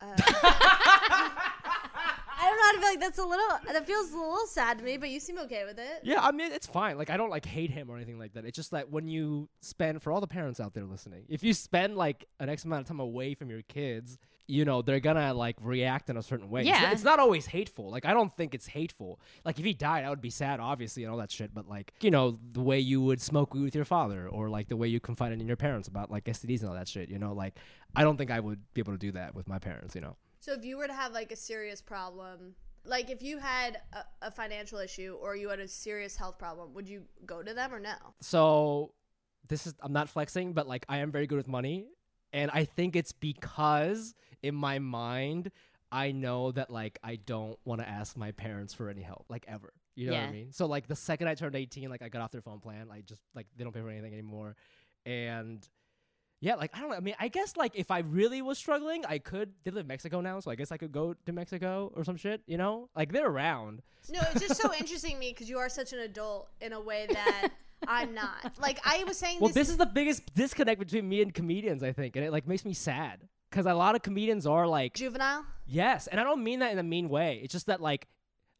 [SPEAKER 3] Uh, I don't know how to feel like that's a little. That feels a little sad to me, but you seem okay with it.
[SPEAKER 2] Yeah, I mean it's fine. Like I don't like hate him or anything like that. It's just that when you spend, for all the parents out there listening, if you spend like an X amount of time away from your kids, you know they're gonna like react in a certain way. It's-
[SPEAKER 4] Yeah.
[SPEAKER 2] it's not always hateful. Like I don't think it's hateful. Like if he died, I would be sad, obviously, and all that shit. But like you know the way you would smoke weed with your father, or like the way you confided in your parents about like STDs and all that shit. You know, like I don't think I would be able to do that with my parents. You know.
[SPEAKER 3] So if you were to have like a serious problem, like if you had a, a financial issue or you had a serious health problem, would you go to them or no?
[SPEAKER 2] so this is I'm not flexing, but like I am very good with money, and I think it's because in my mind I know that like I don't want to ask my parents for any help, like ever. You know what I
[SPEAKER 4] Yeah.
[SPEAKER 2] mean? So like the second I turned 18, like I got off their phone plan, like just like they don't pay for anything anymore, and yeah, like I don't know. I mean, I guess like if I really was struggling, I could. They live in Mexico now, so I guess I could go to Mexico or some shit. You know, like they're around.
[SPEAKER 3] No, it's just so interesting to me because you are such an adult in a way that I'm not. Like I was saying
[SPEAKER 2] Well,
[SPEAKER 3] this,
[SPEAKER 2] this is the biggest disconnect between me and comedians, I think, and it like makes me sad because a lot of comedians are like,
[SPEAKER 3] juvenile.
[SPEAKER 2] yes, and I don't mean that in a mean way. It's just that like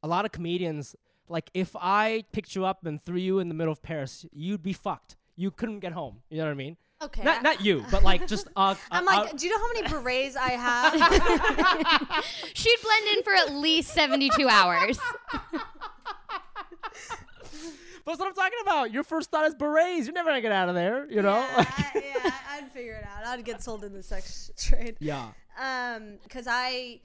[SPEAKER 2] a lot of comedians, like if I picked you up and threw you in the middle of Paris, you'd be fucked. You couldn't get home. You know what I mean?
[SPEAKER 3] Okay. I-
[SPEAKER 2] Not not you, but like just uh,
[SPEAKER 3] I'm
[SPEAKER 2] uh,
[SPEAKER 3] like,
[SPEAKER 2] uh,
[SPEAKER 3] do you know how many berets I have?
[SPEAKER 4] She'd blend in for at least 72 hours.
[SPEAKER 2] but that's what I'm talking about. Your first thought is berets. You're never gonna get out of there. You know?
[SPEAKER 3] yeah, I, yeah, I'd figure it out. I'd get sold in the sex trade.
[SPEAKER 2] yeah.
[SPEAKER 3] um because i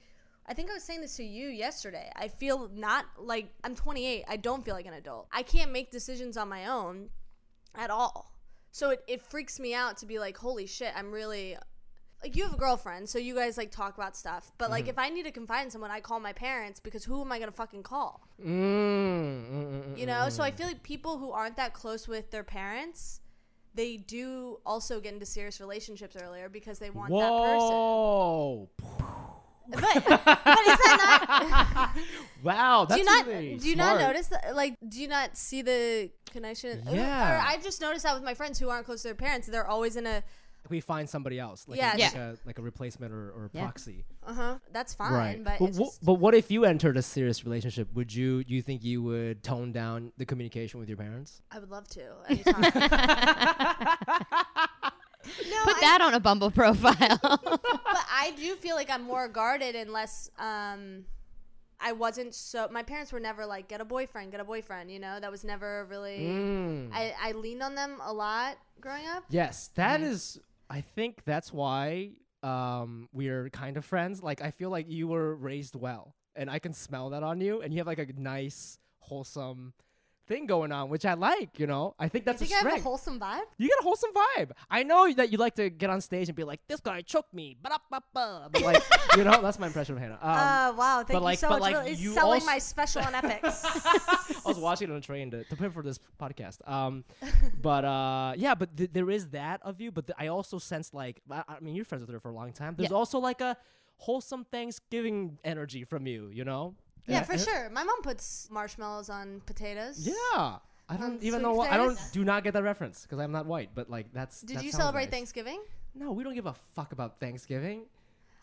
[SPEAKER 3] i think i was saying this to you yesterday i feel not like i'm 28 i don't feel like an adult i can't make decisions on my own at all so it, it freaks me out to be like holy shit i'm really like you have a girlfriend so you guys like talk about stuff but like if i need to confide in someone i call my parents because who am i gonna fucking call
[SPEAKER 2] Mm, mm, mm, mm,
[SPEAKER 3] you know so i feel like people who aren't that close with their parents they do also get into serious relationships earlier because they want that person
[SPEAKER 2] Whoa!
[SPEAKER 3] But, but is that not?
[SPEAKER 2] Wow, that's
[SPEAKER 3] do you not
[SPEAKER 2] really
[SPEAKER 3] do you
[SPEAKER 2] smart.
[SPEAKER 3] not notice that? Like, do you not see the connection? Or- Or,
[SPEAKER 2] Yeah.
[SPEAKER 3] I've just noticed that with my friends who aren't close to their parents, they're always in a
[SPEAKER 2] we find somebody else, like,
[SPEAKER 3] Yeah.
[SPEAKER 2] a,
[SPEAKER 3] Yeah.
[SPEAKER 2] like, a, like a replacement or, or a
[SPEAKER 4] Yeah.
[SPEAKER 2] proxy.
[SPEAKER 3] uh huh. That's fine, but
[SPEAKER 2] But,
[SPEAKER 3] it's
[SPEAKER 2] wh-
[SPEAKER 3] just-
[SPEAKER 2] but what if you entered a serious relationship? Would you you think you would tone down the communication with your parents?
[SPEAKER 3] I would love to. Anytime. no,
[SPEAKER 4] Put
[SPEAKER 3] I,
[SPEAKER 4] that on a Bumble profile.
[SPEAKER 3] but I do feel like I'm more guarded unless um. I wasn't so. My parents were never like get a boyfriend, get a boyfriend. You know that was never really.
[SPEAKER 2] Mm. Hmm.
[SPEAKER 3] I, I leaned on them a lot growing up.
[SPEAKER 2] Yes, that is.
[SPEAKER 3] Mm-hmm.
[SPEAKER 2] I think that's why um, we're kind of friends. Like I feel like you were raised well, and I can smell that on you, and you have like a nice, wholesome thing going on, which I like. You know, I think
[SPEAKER 3] I
[SPEAKER 2] that's
[SPEAKER 3] think
[SPEAKER 2] a
[SPEAKER 3] I
[SPEAKER 2] strength.
[SPEAKER 3] have a wholesome vibe.
[SPEAKER 2] You got a wholesome vibe. I know that you like to get on stage and be like, "This guy choked me," ba-da-ba-ba," but like, you know, that's my impression of Hannah. Um,
[SPEAKER 3] Uh, wow, thank
[SPEAKER 2] like-
[SPEAKER 3] you so
[SPEAKER 2] but
[SPEAKER 3] much.
[SPEAKER 2] like,
[SPEAKER 3] really
[SPEAKER 2] you
[SPEAKER 3] selling
[SPEAKER 2] also-
[SPEAKER 3] my special on Epics.
[SPEAKER 2] I was watching it on a train to, to prepare for this podcast. Um, but uh, yeah, but th- there is that of you. But th- I also sense like, I, I mean, you're friends with her for a long time. There's also like a wholesome Thanksgiving energy from you, you know?
[SPEAKER 3] Yeah, for sure. My mom puts marshmallows on potatoes.
[SPEAKER 2] Yeah. I
[SPEAKER 3] On
[SPEAKER 2] don't even know
[SPEAKER 3] sweet
[SPEAKER 2] what I don't
[SPEAKER 3] potatoes?
[SPEAKER 2] do not get that reference because I'm not white, but like that's
[SPEAKER 3] Did
[SPEAKER 2] that
[SPEAKER 3] you
[SPEAKER 2] sounds
[SPEAKER 3] celebrate
[SPEAKER 2] nice.
[SPEAKER 3] Thanksgiving?
[SPEAKER 2] No, we don't give a fuck about Thanksgiving.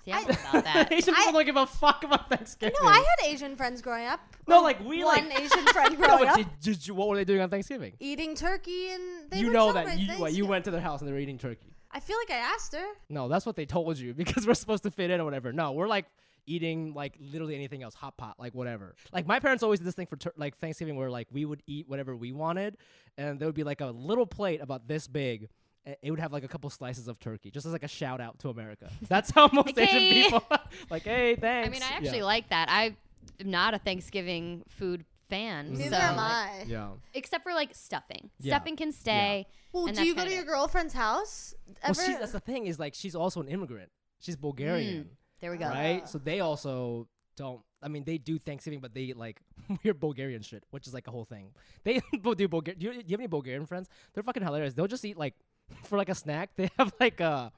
[SPEAKER 4] See, I don't know about that.
[SPEAKER 2] Asian
[SPEAKER 3] Uh, I-
[SPEAKER 2] people don't give a fuck about Thanksgiving.
[SPEAKER 3] No, I had Asian friends growing up.
[SPEAKER 2] No,
[SPEAKER 3] Well,
[SPEAKER 2] like, we,
[SPEAKER 3] one
[SPEAKER 2] like-
[SPEAKER 3] Asian friend
[SPEAKER 2] No,
[SPEAKER 3] growing
[SPEAKER 2] but
[SPEAKER 3] up
[SPEAKER 2] did, did you, what were they doing on Thanksgiving?
[SPEAKER 3] eating turkey and they
[SPEAKER 2] you
[SPEAKER 3] would
[SPEAKER 2] know that
[SPEAKER 3] celebrate
[SPEAKER 2] you, what, you
[SPEAKER 3] Thanksgiving.
[SPEAKER 2] went Mm. to their house and they were eating turkey.
[SPEAKER 3] I feel like I asked her.
[SPEAKER 2] No, that's what they told you because we're supposed to fit in or whatever. No, we're like eating like literally anything else, hot pot, like whatever. Like my parents always did this thing for tur- like Thanksgiving where like we would eat whatever we wanted, and there would be like a little plate about this big. and It would have like a couple slices of turkey, just as like a shout out to America. That's how most Asian
[SPEAKER 4] Okay.
[SPEAKER 2] people like. Hey, thanks.
[SPEAKER 4] I mean, I
[SPEAKER 2] Yeah.
[SPEAKER 4] actually like that. I am not a Thanksgiving food fan.
[SPEAKER 3] Neither
[SPEAKER 4] so,
[SPEAKER 3] am
[SPEAKER 4] like-
[SPEAKER 3] I.
[SPEAKER 2] Yeah.
[SPEAKER 4] Except for like stuffing.
[SPEAKER 2] Yeah.
[SPEAKER 4] Stuffing can stay.
[SPEAKER 3] Well,
[SPEAKER 4] And
[SPEAKER 3] do
[SPEAKER 4] that's
[SPEAKER 3] you go
[SPEAKER 4] kinda
[SPEAKER 3] to your
[SPEAKER 4] it.
[SPEAKER 3] girlfriend's house
[SPEAKER 2] Well,
[SPEAKER 3] ever?
[SPEAKER 2] she's, that's the thing is like she's also an immigrant. She's Bulgarian.
[SPEAKER 4] There we go.
[SPEAKER 2] right? So they also don't. I mean, they do Thanksgiving, but they eat like weird Bulgarian shit, which is like a whole thing. They bo- do Bulgarian. Do you, do you have any Bulgarian friends? They're fucking hilarious. They'll just eat like for like a snack. They have like a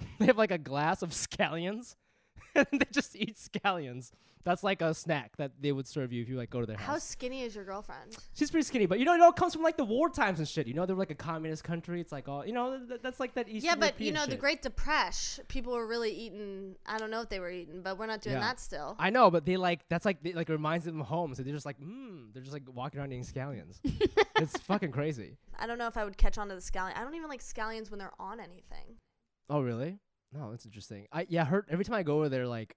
[SPEAKER 2] they have like a glass of scallions. and they just eat scallions. That's like a snack that they would serve you if you like go to their
[SPEAKER 3] How
[SPEAKER 2] house.
[SPEAKER 3] skinny is your girlfriend?
[SPEAKER 2] She's pretty skinny, but you know it all comes from like the war times and shit. You know they're like a communist country. It's like all you know th- that's like that East.
[SPEAKER 3] yeah, but you
[SPEAKER 2] European
[SPEAKER 3] know, the
[SPEAKER 2] shit.
[SPEAKER 3] Great Depression, people were really eating. I don't know what they were eating, but we're not doing
[SPEAKER 2] Yeah.
[SPEAKER 3] that still.
[SPEAKER 2] I know, but they like that's like they, like reminds them of home, so they're just like, mmm, they're just like walking around eating scallions. it's fucking crazy.
[SPEAKER 3] I don't know if I would catch on to the scallion. I don't even like scallions when they're on anything.
[SPEAKER 2] Oh really? No, it's interesting. I yeah, her every time I go over there, like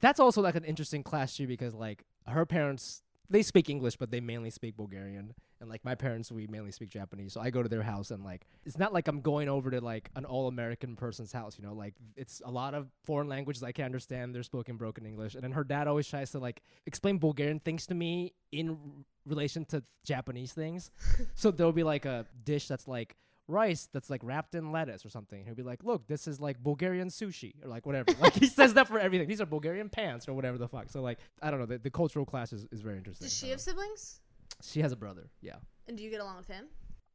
[SPEAKER 2] that's also like an interesting clash too because like her parents they speak English, but they mainly speak Bulgarian. And like my parents, we mainly speak Japanese. So I go to their house and like it's not like I'm going over to like an all American person's house, you know, like it's a lot of foreign languages I can't understand. They're spoken broken English. And then her dad always tries to like explain Bulgarian things to me in r- relation to Japanese things. so there'll be like a dish that's like rice that's like wrapped in lettuce or something. He'll be like, "Look, this is like Bulgarian sushi or like whatever." like he says that for everything. These are Bulgarian pants or whatever the fuck. So like, I don't know. The, the cultural clash is, is very interesting.
[SPEAKER 3] Does she
[SPEAKER 2] so.
[SPEAKER 3] have siblings?
[SPEAKER 2] She has a brother. Yeah.
[SPEAKER 3] And do you get along with him?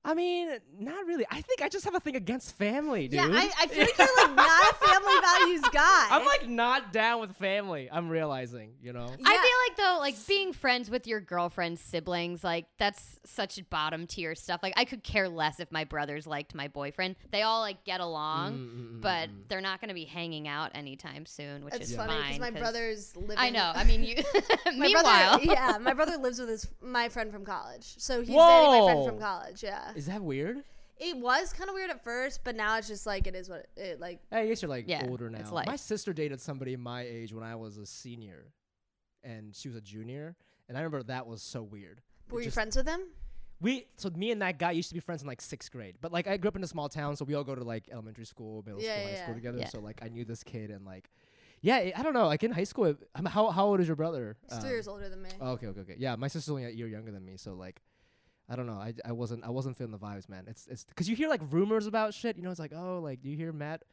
[SPEAKER 2] I mean, not really. I think I just have a thing against family, dude.
[SPEAKER 3] Yeah, I, I feel like you're like not a family values guy.
[SPEAKER 2] I'm like not down with family. I'm realizing, you know.
[SPEAKER 3] Yeah.
[SPEAKER 4] I feel like though, like being friends with your girlfriend's siblings, like that's such bottom tier stuff. Like I could care less if my brothers liked my boyfriend. They all like get along,
[SPEAKER 2] Mm-hmm,
[SPEAKER 4] but they're not going to be hanging out anytime soon, which
[SPEAKER 3] It's
[SPEAKER 4] is
[SPEAKER 3] funny
[SPEAKER 4] fine,
[SPEAKER 3] because my brother's living.
[SPEAKER 4] I know. I mean, you.
[SPEAKER 3] My
[SPEAKER 4] meanwhile,
[SPEAKER 3] brother, yeah, my brother lives with his my friend from college, so he's dating my friend from
[SPEAKER 2] Whoa.
[SPEAKER 3] college. Yeah,
[SPEAKER 2] Is that weird?
[SPEAKER 3] it was kind of weird at first, but now it's just like it is what it, it like.
[SPEAKER 2] I guess you're like
[SPEAKER 4] Yeah,
[SPEAKER 2] older now.
[SPEAKER 4] it's life.
[SPEAKER 2] My sister dated somebody my age when I was a senior, and she was a junior. And I remember that was so weird. It
[SPEAKER 3] Were you
[SPEAKER 2] just-
[SPEAKER 3] friends with him?
[SPEAKER 2] We so me and that guy used to be friends in like sixth grade, but like I grew up in a small town, so we all go to like elementary school, middle
[SPEAKER 3] Yeah,
[SPEAKER 2] school,
[SPEAKER 3] yeah,
[SPEAKER 2] high school
[SPEAKER 3] yeah.
[SPEAKER 2] together.
[SPEAKER 4] Yeah.
[SPEAKER 2] So like I knew this kid, and like, yeah, it, I don't know. Like in high school, it, um, how how old is your brother?
[SPEAKER 3] He's three years
[SPEAKER 2] Um,
[SPEAKER 3] older than me.
[SPEAKER 2] oh, okay, okay, okay. Yeah, my sister's only a year younger than me, so like, I don't know. I, I wasn't I wasn't feeling the vibes, man. It's it's because you hear like rumors about shit. You know, it's like oh, like you hear Matt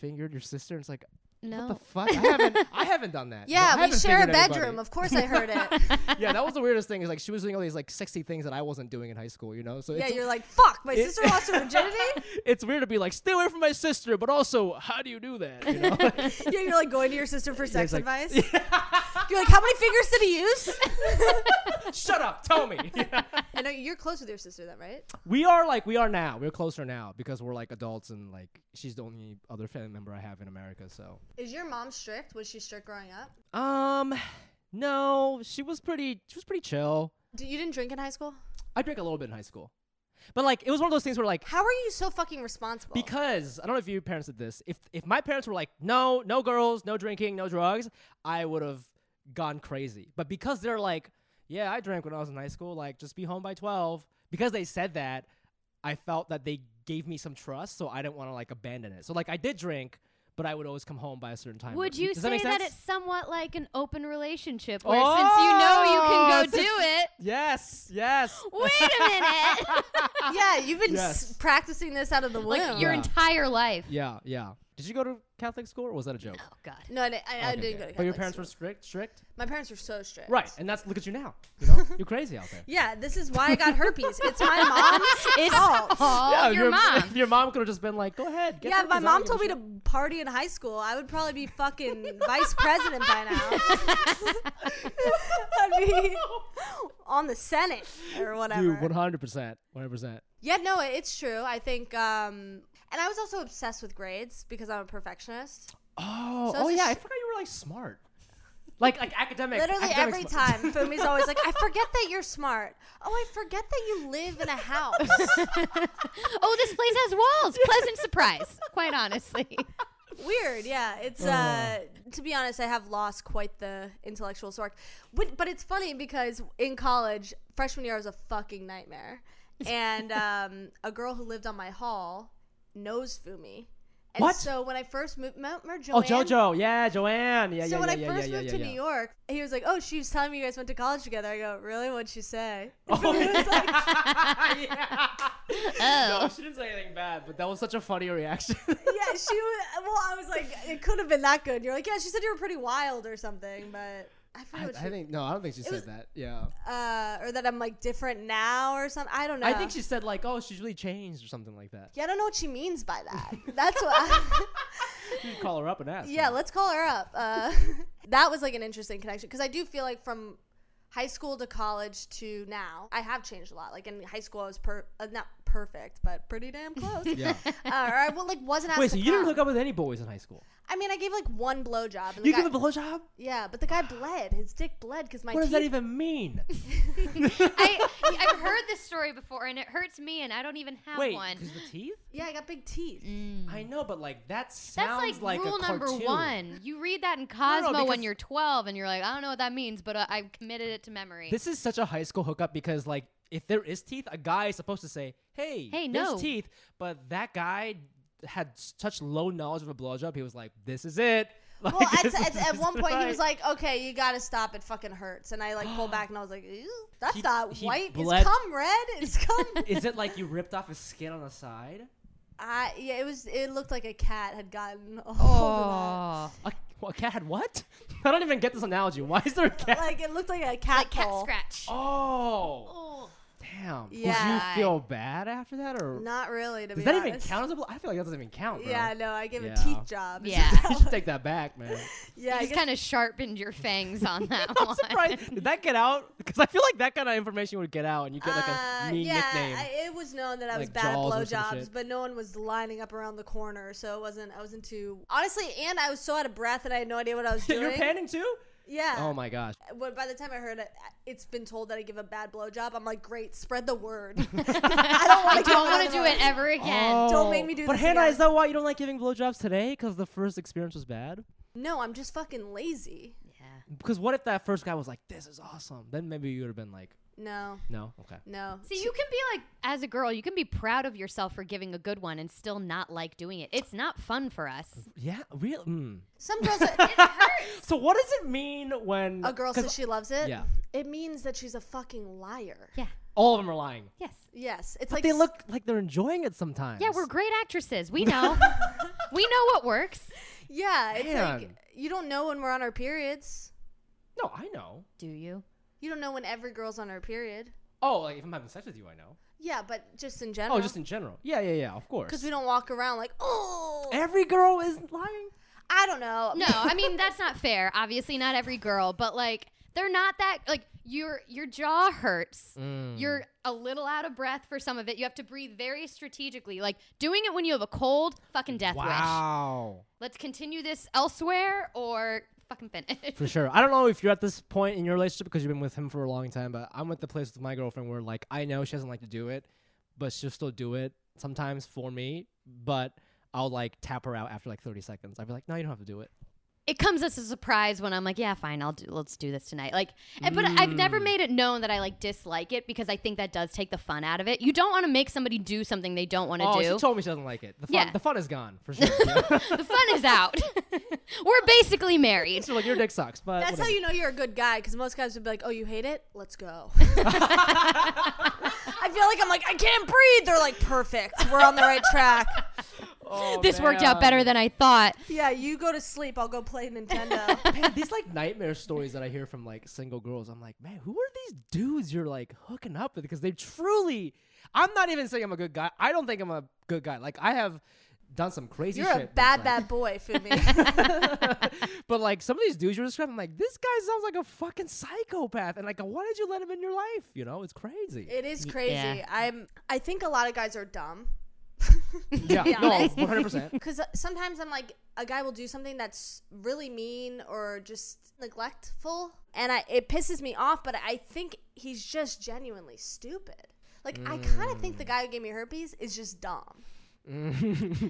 [SPEAKER 2] fingered your sister, and it's like
[SPEAKER 4] no.
[SPEAKER 2] what the fuck? I haven't I haven't done that. you know, I
[SPEAKER 3] yeah, we
[SPEAKER 2] haven't
[SPEAKER 3] share a
[SPEAKER 2] fingered anybody.
[SPEAKER 3] bedroom. Of course, I heard it.
[SPEAKER 2] yeah, that was the weirdest thing. Is like she was doing all these like sexy things that I wasn't doing in high school. You know, so
[SPEAKER 3] yeah,
[SPEAKER 2] it's,
[SPEAKER 3] you're like, fuck, my
[SPEAKER 2] It-
[SPEAKER 3] sister lost her virginity.
[SPEAKER 2] it's weird to be like, stay away from my sister, but also, how do you do that? You know?
[SPEAKER 3] yeah, you're like going to your sister for sex
[SPEAKER 2] like-
[SPEAKER 3] advice. You're like, how many fingers did he use?
[SPEAKER 2] Shut up, tell me.
[SPEAKER 3] I know you're close with your sister, then, right?
[SPEAKER 2] We are like we are now. We're closer now because we're like adults and like she's the only other family member I have in America. So,
[SPEAKER 3] Is your mom strict? Was she strict growing up?
[SPEAKER 2] um, no, she was pretty. She was pretty chill.
[SPEAKER 3] Do, you didn't drink in high school?
[SPEAKER 2] I drank a little bit in high school, but like it was one of those things where like
[SPEAKER 3] How are you so fucking responsible?
[SPEAKER 2] Because I don't know if your parents did this. If if my parents were like, no, no girls, no drinking, no drugs, I would have gone crazy. But because they're like, yeah, I drank when I was in high school. Like, just be home by twelve. Because they said that, I felt that they gave me some trust, so I didn't want to like abandon it. So like, I did drink, but I would always come home by a certain time.
[SPEAKER 4] Would you
[SPEAKER 2] Does
[SPEAKER 4] say
[SPEAKER 2] that, make
[SPEAKER 4] that,
[SPEAKER 2] sense?
[SPEAKER 4] it's somewhat like an open relationship where since you know you can
[SPEAKER 2] Oh,
[SPEAKER 4] go do it,
[SPEAKER 2] Yes, yes.
[SPEAKER 4] wait a minute.
[SPEAKER 3] yeah, you've been
[SPEAKER 2] Yes.
[SPEAKER 3] s- practicing this out of the womb.
[SPEAKER 4] like your
[SPEAKER 2] Yeah.
[SPEAKER 4] entire life.
[SPEAKER 2] yeah, yeah. Did you go to Catholic school, or was that a joke?
[SPEAKER 4] Oh God.
[SPEAKER 3] No, I didn't, I, I
[SPEAKER 2] Okay,
[SPEAKER 3] didn't
[SPEAKER 2] okay.
[SPEAKER 3] go to Catholic
[SPEAKER 2] But your parents
[SPEAKER 3] school.
[SPEAKER 2] were strict, strict.
[SPEAKER 3] My parents were so strict.
[SPEAKER 2] Right, and that's look at you now. You know, you're crazy out there.
[SPEAKER 3] Yeah, this is why I got herpes. It's my mom's
[SPEAKER 4] It's
[SPEAKER 3] fault.
[SPEAKER 4] all your mom.
[SPEAKER 2] Your mom could have just been like, "Go ahead." Get
[SPEAKER 3] Yeah,
[SPEAKER 2] herpes,
[SPEAKER 3] my
[SPEAKER 2] I don't
[SPEAKER 3] mom
[SPEAKER 2] give a
[SPEAKER 3] told me
[SPEAKER 2] shit."
[SPEAKER 3] to party in high school. I would probably be fucking vice president by now. I'd be on the Senate or whatever.
[SPEAKER 2] Dude, one hundred percent, one hundred percent.
[SPEAKER 3] Yeah, no, it's true. I think, um, and I was also obsessed with grades because I'm a perfectionist.
[SPEAKER 2] Oh,
[SPEAKER 3] So
[SPEAKER 2] oh
[SPEAKER 3] it's
[SPEAKER 2] yeah, I
[SPEAKER 3] just-
[SPEAKER 2] forgot you were like smart, like like academic.
[SPEAKER 3] Literally
[SPEAKER 2] academic
[SPEAKER 3] every
[SPEAKER 2] smart.
[SPEAKER 3] time, Fumi's always like, "I forget that you're smart. Oh, I forget that you live in a house.
[SPEAKER 4] oh, this place has walls. Pleasant surprise, quite honestly.
[SPEAKER 3] Weird, yeah. It's uh, to be honest, I have lost quite the intellectual spark. But but it's funny because in college, freshman year I was a fucking nightmare, and um, a girl who lived on my hall knows Fumi. And
[SPEAKER 2] What?
[SPEAKER 3] So when I first moved, remember
[SPEAKER 2] Oh,
[SPEAKER 3] Joanne?
[SPEAKER 2] JoJo, yeah, Joanne, yeah,
[SPEAKER 3] so
[SPEAKER 2] yeah,
[SPEAKER 3] when
[SPEAKER 2] yeah,
[SPEAKER 3] I
[SPEAKER 2] yeah,
[SPEAKER 3] first
[SPEAKER 2] yeah,
[SPEAKER 3] moved
[SPEAKER 2] yeah,
[SPEAKER 3] to
[SPEAKER 2] yeah.
[SPEAKER 3] New York, he was like, "Oh, she was telling me you guys went to college together." I go, "Really? What'd she say?"
[SPEAKER 2] Oh,
[SPEAKER 4] Oh.
[SPEAKER 3] Oh.
[SPEAKER 2] No, she didn't say anything bad, but that was such a funny reaction.
[SPEAKER 3] yeah, she was. Well, I was like, "It could have been that good." You're like, "Yeah, she said you were pretty wild or something," but I forget
[SPEAKER 2] I,
[SPEAKER 3] what she
[SPEAKER 2] I think no, I don't think she said
[SPEAKER 3] was-
[SPEAKER 2] that. Yeah,
[SPEAKER 3] uh, or that I'm like different now or something. I don't know.
[SPEAKER 2] I think she said like, oh, she's really changed or something like that.
[SPEAKER 3] Yeah, I don't know what she means by that. That's what. I,
[SPEAKER 2] You should call her up and ask.
[SPEAKER 3] yeah,
[SPEAKER 2] her.
[SPEAKER 3] let's call her up. Uh, that was like an interesting connection because I do feel like from high school to college to now, I have changed a lot. Like in high school, I was per- uh, not perfect, but pretty damn close.
[SPEAKER 2] Yeah.
[SPEAKER 3] Uh, or I well, like wasn't asked
[SPEAKER 2] Wait,
[SPEAKER 3] to
[SPEAKER 2] so you didn't
[SPEAKER 3] come.
[SPEAKER 2] hook up with any boys in high school?
[SPEAKER 3] I mean, I gave like one blowjob. and the
[SPEAKER 2] You
[SPEAKER 3] guy-
[SPEAKER 2] give a blowjob?
[SPEAKER 3] Yeah, but the guy bled. His dick bled because my
[SPEAKER 2] What does
[SPEAKER 3] teeth.
[SPEAKER 2] that even mean?
[SPEAKER 4] I, I've heard this story before, and it hurts me, and I don't even have
[SPEAKER 2] Wait,
[SPEAKER 4] one.
[SPEAKER 2] because the teeth?
[SPEAKER 3] yeah, I got big teeth.
[SPEAKER 2] I know, but like that
[SPEAKER 4] That's
[SPEAKER 2] sounds
[SPEAKER 4] like,
[SPEAKER 2] like,
[SPEAKER 4] rule
[SPEAKER 2] a
[SPEAKER 4] number
[SPEAKER 2] cartoon.
[SPEAKER 4] one. You read that in Cosmo when
[SPEAKER 2] because-
[SPEAKER 4] you're 12, and you're like, I don't know what that means, but uh, I've committed it to memory.
[SPEAKER 2] This is such a high school hookup because like if there is teeth, a guy is supposed to say, "Hey,
[SPEAKER 4] Hey,
[SPEAKER 2] there's
[SPEAKER 4] no.
[SPEAKER 2] teeth," but that guy had s- such low knowledge of a blowjob. He was like, "This is it." Like,
[SPEAKER 3] Well, at,
[SPEAKER 2] this
[SPEAKER 3] at,
[SPEAKER 2] is-
[SPEAKER 3] at
[SPEAKER 2] this
[SPEAKER 3] one
[SPEAKER 2] is
[SPEAKER 3] point he
[SPEAKER 2] right.
[SPEAKER 3] was like, "Okay, you gotta stop. It fucking hurts." And I like pulled back and I was like, "Ew, "That's
[SPEAKER 2] He-
[SPEAKER 3] not
[SPEAKER 2] he
[SPEAKER 3] white.
[SPEAKER 2] bled-
[SPEAKER 3] It's cum red. It's cum."
[SPEAKER 2] "Is it like you ripped off his skin on the side?"
[SPEAKER 3] I, yeah, it was. It looked like a cat had gotten a hold of
[SPEAKER 4] oh.
[SPEAKER 2] A, a cat had what? I don't even get this analogy. Why is there a
[SPEAKER 3] that.
[SPEAKER 2] cat?
[SPEAKER 3] Like it looked like a cat
[SPEAKER 4] Cat
[SPEAKER 3] paw.
[SPEAKER 4] scratch.
[SPEAKER 2] oh, damn. Did you
[SPEAKER 3] Yeah.
[SPEAKER 2] feel bad after that, or
[SPEAKER 3] Not really. To
[SPEAKER 2] does
[SPEAKER 3] be
[SPEAKER 2] that even
[SPEAKER 3] honest.
[SPEAKER 2] count as a blow? I feel like that doesn't even count. Bro.
[SPEAKER 3] Yeah, no, I gave
[SPEAKER 2] Yeah.
[SPEAKER 3] a teeth job.
[SPEAKER 4] Yeah.
[SPEAKER 2] you should take that back, man.
[SPEAKER 3] yeah. I
[SPEAKER 4] you just
[SPEAKER 3] guess-
[SPEAKER 4] kind of sharpened your fangs on that
[SPEAKER 2] I'm
[SPEAKER 4] one.
[SPEAKER 2] surprised. Did that get out? Because I feel like that kind of information would get out, and you get like a
[SPEAKER 3] Uh,
[SPEAKER 2] mean
[SPEAKER 3] yeah,
[SPEAKER 2] nickname.
[SPEAKER 3] I, it was known that I was
[SPEAKER 2] Like
[SPEAKER 3] bad at
[SPEAKER 2] Jaws or some
[SPEAKER 3] blowjobs,
[SPEAKER 2] shit.
[SPEAKER 3] but no one was lining up around the corner, so it wasn't. I wasn't too honestly, and I was so out of breath that I had no idea what I was doing.
[SPEAKER 2] You're panning too?
[SPEAKER 3] Yeah.
[SPEAKER 2] Oh my gosh.
[SPEAKER 3] When, by the time I heard it, it's been told that I give a bad blowjob. I'm like, great, spread the word. I don't
[SPEAKER 4] I
[SPEAKER 3] want to
[SPEAKER 4] don't want to do it ever again.
[SPEAKER 3] Don't make me do
[SPEAKER 2] Oh, But
[SPEAKER 3] this
[SPEAKER 2] Hannah,
[SPEAKER 3] again.
[SPEAKER 2] is that why you don't like giving blowjobs today? Because the first experience was bad?
[SPEAKER 3] No, I'm just fucking lazy.
[SPEAKER 4] Yeah.
[SPEAKER 2] Because what if that first guy was like, this is awesome? Then maybe you would have been like,
[SPEAKER 3] No,
[SPEAKER 2] no, okay.
[SPEAKER 3] no.
[SPEAKER 4] See, you can be like, as a girl, you can be proud of yourself for giving a good one and still not like doing it. It's not fun for us.
[SPEAKER 2] Yeah, real. Mm.
[SPEAKER 3] Some girls, it-
[SPEAKER 2] So what does it mean when
[SPEAKER 3] a girl
[SPEAKER 2] 'cause
[SPEAKER 3] says she loves it.
[SPEAKER 2] Yeah.
[SPEAKER 3] It means that she's a fucking liar.
[SPEAKER 4] Yeah.
[SPEAKER 2] all of them are lying?
[SPEAKER 4] Yes.
[SPEAKER 3] Yes, it's
[SPEAKER 2] But
[SPEAKER 3] like
[SPEAKER 2] they
[SPEAKER 3] s-
[SPEAKER 2] look like they're enjoying it sometimes.
[SPEAKER 4] Yeah, we're great actresses. We know. we know what works.
[SPEAKER 3] Yeah, it's like
[SPEAKER 2] Man.
[SPEAKER 3] you don't know when we're on our periods.
[SPEAKER 2] No, I know.
[SPEAKER 4] Do you?
[SPEAKER 3] You don't know when every girl's on her period.
[SPEAKER 2] Oh, like if I'm having sex with you, I know.
[SPEAKER 3] Yeah, but just in general.
[SPEAKER 2] Oh, just in general. Yeah, yeah, yeah. Of course.
[SPEAKER 3] because we don't walk around like, oh,
[SPEAKER 2] Every girl is lying.
[SPEAKER 3] I don't know.
[SPEAKER 4] No, I mean that's not fair. Obviously, not every girl, but like they're not that like your your jaw hurts.
[SPEAKER 2] Mm.
[SPEAKER 4] You're a little out of breath for some of it. You have to breathe very strategically. Like doing it when you have a cold, fucking death wish.
[SPEAKER 2] wow.
[SPEAKER 4] Let's continue this elsewhere or fucking finish.
[SPEAKER 2] For sure. I don't know if you're at this point in your relationship because you've been with him for a long time, but I'm at the place with my girlfriend where like I know she doesn't like to do it, but she'll still do it sometimes for me, but I'll like tap her out after like 30 seconds. I'll be like, no, you don't have to do it.
[SPEAKER 4] it comes as a surprise when I'm like, yeah, fine, I'll do. Let's do this tonight. Like, and- but I've never
[SPEAKER 2] Mm.
[SPEAKER 4] made it known that I like dislike it because I think that does take the fun out of it. You don't want to make somebody do something they don't want to
[SPEAKER 2] oh,
[SPEAKER 4] do.
[SPEAKER 2] she told me she doesn't like it. The fun,
[SPEAKER 4] Yeah.
[SPEAKER 2] the fun is gone for sure. Yeah.
[SPEAKER 4] the fun is out. We're basically married.
[SPEAKER 2] so like your dick sucks, but
[SPEAKER 3] That's
[SPEAKER 2] whatever.
[SPEAKER 3] how you know you're a good guy because most guys would be like, oh, you hate it? Let's go. I feel like I'm like, I can't breathe. They're like, perfect. We're on the right track.
[SPEAKER 2] Oh,
[SPEAKER 4] this worked out
[SPEAKER 2] man.
[SPEAKER 4] better than I thought.
[SPEAKER 3] Yeah, you go to sleep. I'll go play Nintendo.
[SPEAKER 2] Man, these like nightmare stories that I hear from like single girls, I'm like, man, who are these dudes you're like hooking up with? Because they truly, I'm not even saying I'm a good guy. I don't think I'm a good guy. Like I have done some crazy.
[SPEAKER 3] You're
[SPEAKER 2] shit
[SPEAKER 3] a
[SPEAKER 2] that's, like-
[SPEAKER 3] bad, bad boy, Fumi.
[SPEAKER 2] but like some of these dudes you're describing, I'm like, this guy sounds like a fucking psychopath, and like, why did you let him in your life? You know, it's crazy.
[SPEAKER 3] it is crazy.
[SPEAKER 4] Yeah.
[SPEAKER 3] I'm. I think a lot of guys are dumb.
[SPEAKER 2] yeah,
[SPEAKER 3] yeah.
[SPEAKER 2] no, 100. percent
[SPEAKER 3] Because uh, sometimes I'm like, a guy will do something that's really mean or just neglectful, and I it pisses me off. But I think he's just genuinely stupid. Like I kind of think the guy who gave me herpes is just dumb.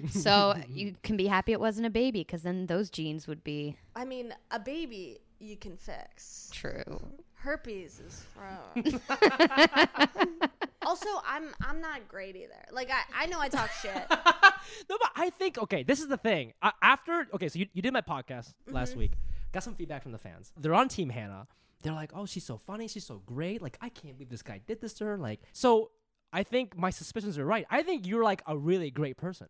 [SPEAKER 4] So you can be happy it wasn't a baby because then those genes would be
[SPEAKER 3] I mean, a baby you can fix.
[SPEAKER 4] true.
[SPEAKER 3] Herpes is wrong. also, I'm I'm not great either. Like I, I know I talk shit.
[SPEAKER 2] no, but I think okay. This is the thing. I, after okay, so you, you did my podcast
[SPEAKER 3] Mm-hmm.
[SPEAKER 2] last week. Got some feedback from the fans. They're on Team Hannah. They're like, oh, she's so funny. She's so great. Like I can't believe this guy did this to her. Like so, I think my suspicions are right. I think you're like a really great person,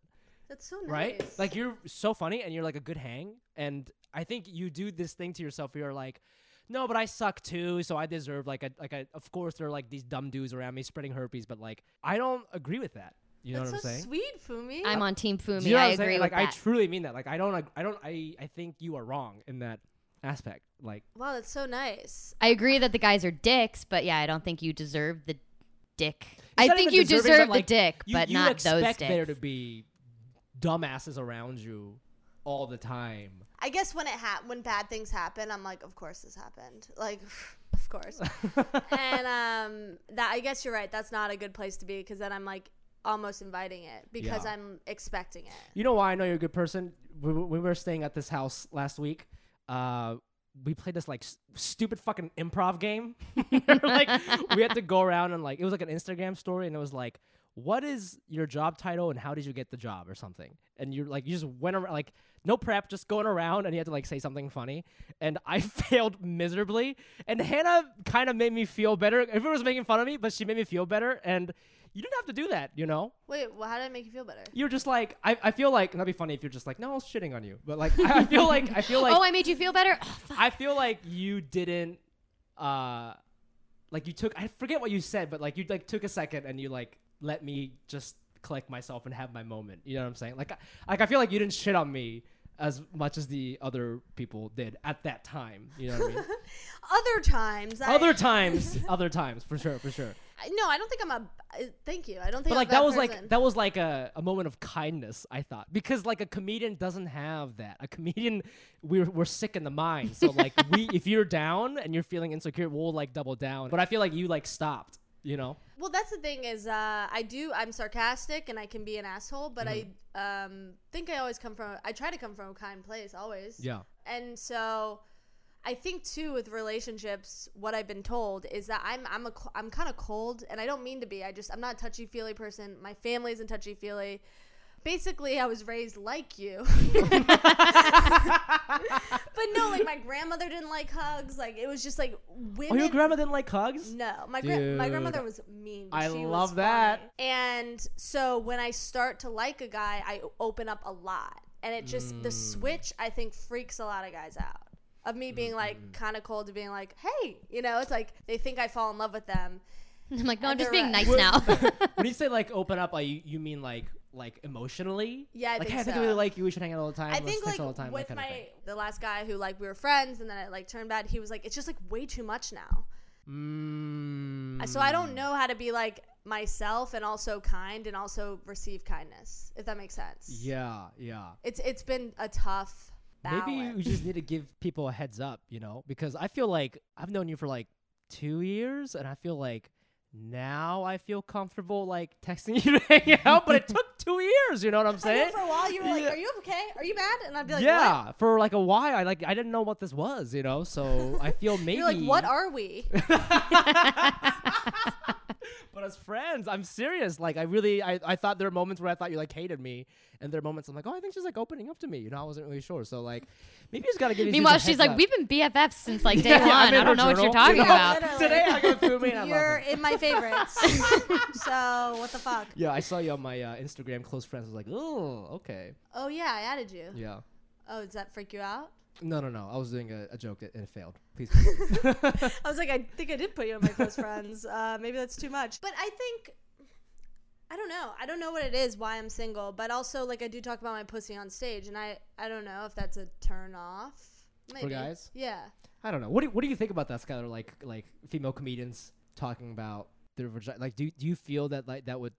[SPEAKER 3] That's so Oh, nice.
[SPEAKER 2] right? Like you're so funny and you're like a good hang. And I think you do this thing to yourself. Where you're like. No, but I suck too, so I deserve like a like a. Of course, there are like these dumb dudes around me spreading herpes, but like I don't agree with that. You know
[SPEAKER 3] That's
[SPEAKER 2] what I'm
[SPEAKER 3] so
[SPEAKER 2] saying?
[SPEAKER 3] sweet, Fumi.
[SPEAKER 4] I'm on Team Fumi.
[SPEAKER 2] Do you know what
[SPEAKER 4] I
[SPEAKER 2] I'm
[SPEAKER 4] agree
[SPEAKER 2] saying? Like
[SPEAKER 4] with
[SPEAKER 2] I
[SPEAKER 4] that.
[SPEAKER 2] truly mean that. Like I don't. ag- I don't. I. I think you are wrong in that aspect. Like
[SPEAKER 3] wow, that's so nice.
[SPEAKER 4] I agree that the guys are dicks, but yeah, I don't think you deserve the dick. I
[SPEAKER 2] It's not
[SPEAKER 4] think
[SPEAKER 2] even
[SPEAKER 4] you
[SPEAKER 2] deserving,
[SPEAKER 4] deserve
[SPEAKER 2] but, like,
[SPEAKER 4] the dick,
[SPEAKER 2] you-
[SPEAKER 4] but
[SPEAKER 2] you
[SPEAKER 4] not
[SPEAKER 2] expect
[SPEAKER 4] those dicks.
[SPEAKER 2] there to be dumbasses around you all the time.
[SPEAKER 3] I guess when it ha- when bad things happen, I'm like, of course this happened. Like, of course. and um, that I guess you're right. That's not a good place to be because then I'm like almost inviting it because
[SPEAKER 2] Yeah.
[SPEAKER 3] I'm expecting it.
[SPEAKER 2] You know why I know you're a good person? When when we were staying at this house last week, uh, we played this like s- stupid fucking improv game. like we had to go around and like it was like an Instagram story, and it was like, "What is your job title and how did you get the job?" or something. And you're like, you just went around like no prep, just going around, and you had to like say something funny. And I failed miserably. And Hannah kind of made me feel better. Everyone was making fun of me, but she made me feel better. And you didn't have to do that, you know
[SPEAKER 3] Wait, well, how did it make you feel better?
[SPEAKER 2] you're just like I, I feel like and that'd be funny if you're just like no I was shitting on you but like I, I feel like I feel like
[SPEAKER 4] oh, I made you feel better. Oh, fuck.
[SPEAKER 2] I feel like you didn't uh like you took I forget what you said but like you like took a second and you like let me just collect myself and have my moment you know what I'm saying like I, like I feel like you didn't shit on me as much as the other people did at that time you know what I mean
[SPEAKER 3] Other times, I-
[SPEAKER 2] other times other times for sure for sure
[SPEAKER 3] I- no, I don't think I'm a. uh, Thank you. I don't think.
[SPEAKER 2] but
[SPEAKER 3] I'm
[SPEAKER 2] like
[SPEAKER 3] a
[SPEAKER 2] that
[SPEAKER 3] bad
[SPEAKER 2] was like
[SPEAKER 3] person.
[SPEAKER 2] that was like a, a moment of kindness i thought because like a comedian doesn't have that a comedian we're, we're sick in the mind so like we if you're down and you're feeling insecure we'll like double down but i feel like you like stopped you know
[SPEAKER 3] Well, that's the thing is, uh, I do. I'm sarcastic and I can be an asshole, but I um, think I always come from. I try to come from a kind place always.
[SPEAKER 2] yeah
[SPEAKER 3] And so, I think too with relationships, what I've been told is that I'm I'm a co- I'm kind of cold, and I don't mean to be. I just I'm not a touchy feely person. My family isn't touchy feely. Basically, I was raised like you. but no, like my grandmother didn't like hugs. Like it was just like women.
[SPEAKER 2] oh your grandma didn't like hugs
[SPEAKER 3] No, my gra- my
[SPEAKER 2] Dude.
[SPEAKER 3] grandmother was mean. but
[SPEAKER 2] I
[SPEAKER 3] she was
[SPEAKER 2] love that.
[SPEAKER 3] funny. And so when I start to like a guy, I o- open up a lot, and it just the
[SPEAKER 2] Mm.
[SPEAKER 3] switch I think freaks a lot of guys out. Of me being like kind of cold to being like, hey, you know, it's like they think I fall in love with them.
[SPEAKER 4] I'm like, no, I'm just
[SPEAKER 3] they're
[SPEAKER 4] being
[SPEAKER 3] right.
[SPEAKER 4] nice now.
[SPEAKER 2] when you say like open up like you, you mean like like emotionally
[SPEAKER 3] Yeah, I
[SPEAKER 2] like
[SPEAKER 3] think
[SPEAKER 2] hey, I think
[SPEAKER 3] so.
[SPEAKER 2] I really like you we should hang out all the time
[SPEAKER 3] I
[SPEAKER 2] let's
[SPEAKER 3] think
[SPEAKER 2] text
[SPEAKER 3] like
[SPEAKER 2] all the time that
[SPEAKER 3] with
[SPEAKER 2] kind of
[SPEAKER 3] my
[SPEAKER 2] thing.
[SPEAKER 3] the last guy who like we were friends and then it like turned bad. He was like, it's just like way too much now.
[SPEAKER 2] Mm.
[SPEAKER 3] So I don't know how to be like myself and also kind and also receive kindness. If that makes sense.
[SPEAKER 2] yeah yeah
[SPEAKER 3] It's it's been a tough. Balance.
[SPEAKER 2] Maybe you just need to give people a heads up, you know, because I feel like I've known you for like two years, and I feel like now I feel comfortable like texting you to hang out, but it took two years. You know what I'm
[SPEAKER 3] I know
[SPEAKER 2] saying?
[SPEAKER 3] for a while you were like,
[SPEAKER 2] Yeah.
[SPEAKER 3] "Are you okay? Are you mad?" And I'd be like, "What?"
[SPEAKER 2] yeah, for like a while, I like I didn't know what this was, you know. So I feel maybe
[SPEAKER 3] You're like, "What are we?"
[SPEAKER 2] But as friends, I'm serious. Like I really, I, I thought there were moments where I thought you like hated me, and there are moments I'm like, oh, I think she's like opening up to me. You know, I wasn't really sure. So like, maybe you just gotta give. these dudes
[SPEAKER 4] Meanwhile,
[SPEAKER 2] a
[SPEAKER 4] she's
[SPEAKER 2] heads
[SPEAKER 4] like,
[SPEAKER 2] up.
[SPEAKER 4] we've been BFFs since like day
[SPEAKER 2] Yeah, yeah,
[SPEAKER 4] one.
[SPEAKER 2] I'm in
[SPEAKER 4] I
[SPEAKER 2] her
[SPEAKER 4] don't know what
[SPEAKER 2] journal,
[SPEAKER 4] you're talking
[SPEAKER 2] you know?
[SPEAKER 4] about.
[SPEAKER 3] Literally.
[SPEAKER 2] Today I got through me and I love
[SPEAKER 3] You're
[SPEAKER 2] it.
[SPEAKER 3] in my favorites. so what the fuck?
[SPEAKER 2] Yeah, I saw you on my uh, Instagram close friends. I was like, oh, okay,
[SPEAKER 3] Oh yeah, I added you.
[SPEAKER 2] yeah.
[SPEAKER 3] Oh, does that freak you out?
[SPEAKER 2] No, no, no. I was doing a, a joke that, and it failed. Please.
[SPEAKER 3] I was like, I think I did put you on my close friends. Uh, maybe that's too much. But I think, I don't know. I don't know what it is why I'm single, but also like I do talk about my pussy on stage, and I I don't know if that's a turn off. Maybe.
[SPEAKER 2] guys?
[SPEAKER 3] Yeah.
[SPEAKER 2] I don't know. What do, what do you think about that, Skylar? Like like female comedians talking about their vagina. Like, do do you feel that like that would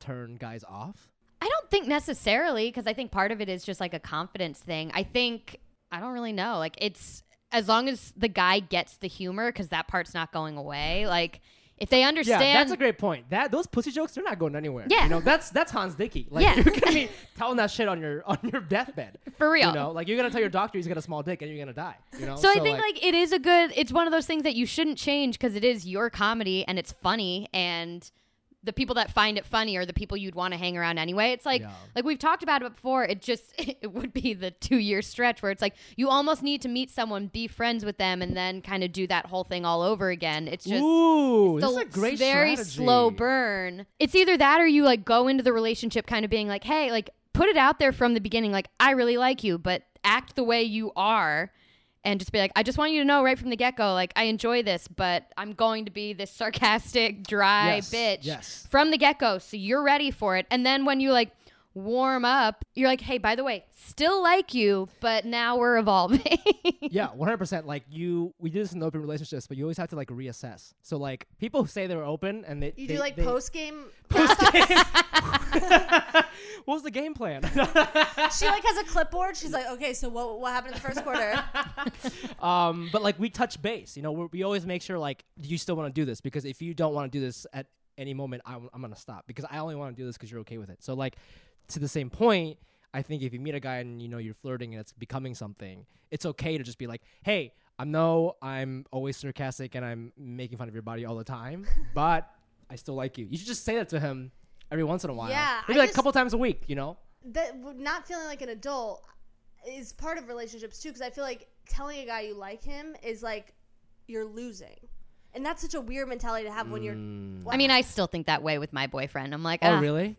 [SPEAKER 2] turn guys off?
[SPEAKER 4] I don't think necessarily because I think part of it is just like a confidence thing. I think I don't really know. Like it's as long as the guy gets the humor because that part's not going away. Like if they
[SPEAKER 2] Yeah,
[SPEAKER 4] understand,
[SPEAKER 2] that's a great point. That those pussy jokes, they're not going anywhere.
[SPEAKER 4] Yeah.
[SPEAKER 2] you know that's that's Hans Dickey. Like
[SPEAKER 4] Yeah.
[SPEAKER 2] you're gonna be telling that shit on your on your deathbed.
[SPEAKER 4] for real.
[SPEAKER 2] You know, like you're gonna tell your doctor he's got a small dick and you're gonna die. You know,
[SPEAKER 4] so, I think like, it is a good. It's one of those things that you shouldn't change because it is your comedy and it's funny and the people that find it funny are the people you'd want to hang around anyway. It's like
[SPEAKER 2] Yeah.
[SPEAKER 4] like we've talked about it before. It just it would be the two year stretch where it's like you almost need to meet someone, be friends with them, and then kind of do that whole thing all over again. It's just
[SPEAKER 2] ooh,
[SPEAKER 4] the
[SPEAKER 2] that's a great
[SPEAKER 4] very
[SPEAKER 2] strategy.
[SPEAKER 4] slow burn. It's either that or you like go into the relationship kind of being like, hey, like put it out there from the beginning, like I really like you, but act the way you are. And just be like, I just want you to know right from the get go, like I enjoy this, but I'm going to be this sarcastic, dry
[SPEAKER 2] Yes,
[SPEAKER 4] bitch
[SPEAKER 2] yes.
[SPEAKER 4] from the get go, so you're ready for it. And then when you like warm up, you're like, hey, by the way, still like you, but now we're evolving.
[SPEAKER 2] yeah, one hundred percent. Like you, we do this in open relationships, but you always have to like reassess. So like people who say they're open and they
[SPEAKER 3] You
[SPEAKER 2] they-
[SPEAKER 3] do like
[SPEAKER 2] they-
[SPEAKER 3] post game.
[SPEAKER 2] what was the game plan?
[SPEAKER 3] She like has a clipboard. She's like, okay, so what what happened in the first quarter?
[SPEAKER 2] um, but like we touch base, you know, we we always make sure like, do you still want to do this? Because if you don't want to do this at any moment, I, am gonna stop because I only want to do this because you're okay with it. So like, to the same point, I think if you meet a guy and you know you're flirting and it's becoming something, it's okay to just be like, hey, I know I'm always sarcastic and I'm making fun of your body all the time, but I still like you. You should just say that to him every once in a while.
[SPEAKER 3] Yeah,
[SPEAKER 2] maybe
[SPEAKER 3] I
[SPEAKER 2] like
[SPEAKER 3] just-
[SPEAKER 2] a couple times a week, you know.
[SPEAKER 3] that w- not feeling like an adult is part of relationships too because i feel like telling a guy you like him is like you're losing and that's such a weird mentality to have when you're
[SPEAKER 4] I mean, I still think that way with my boyfriend. I'm like,
[SPEAKER 2] Oh,
[SPEAKER 4] "Ah,
[SPEAKER 2] really?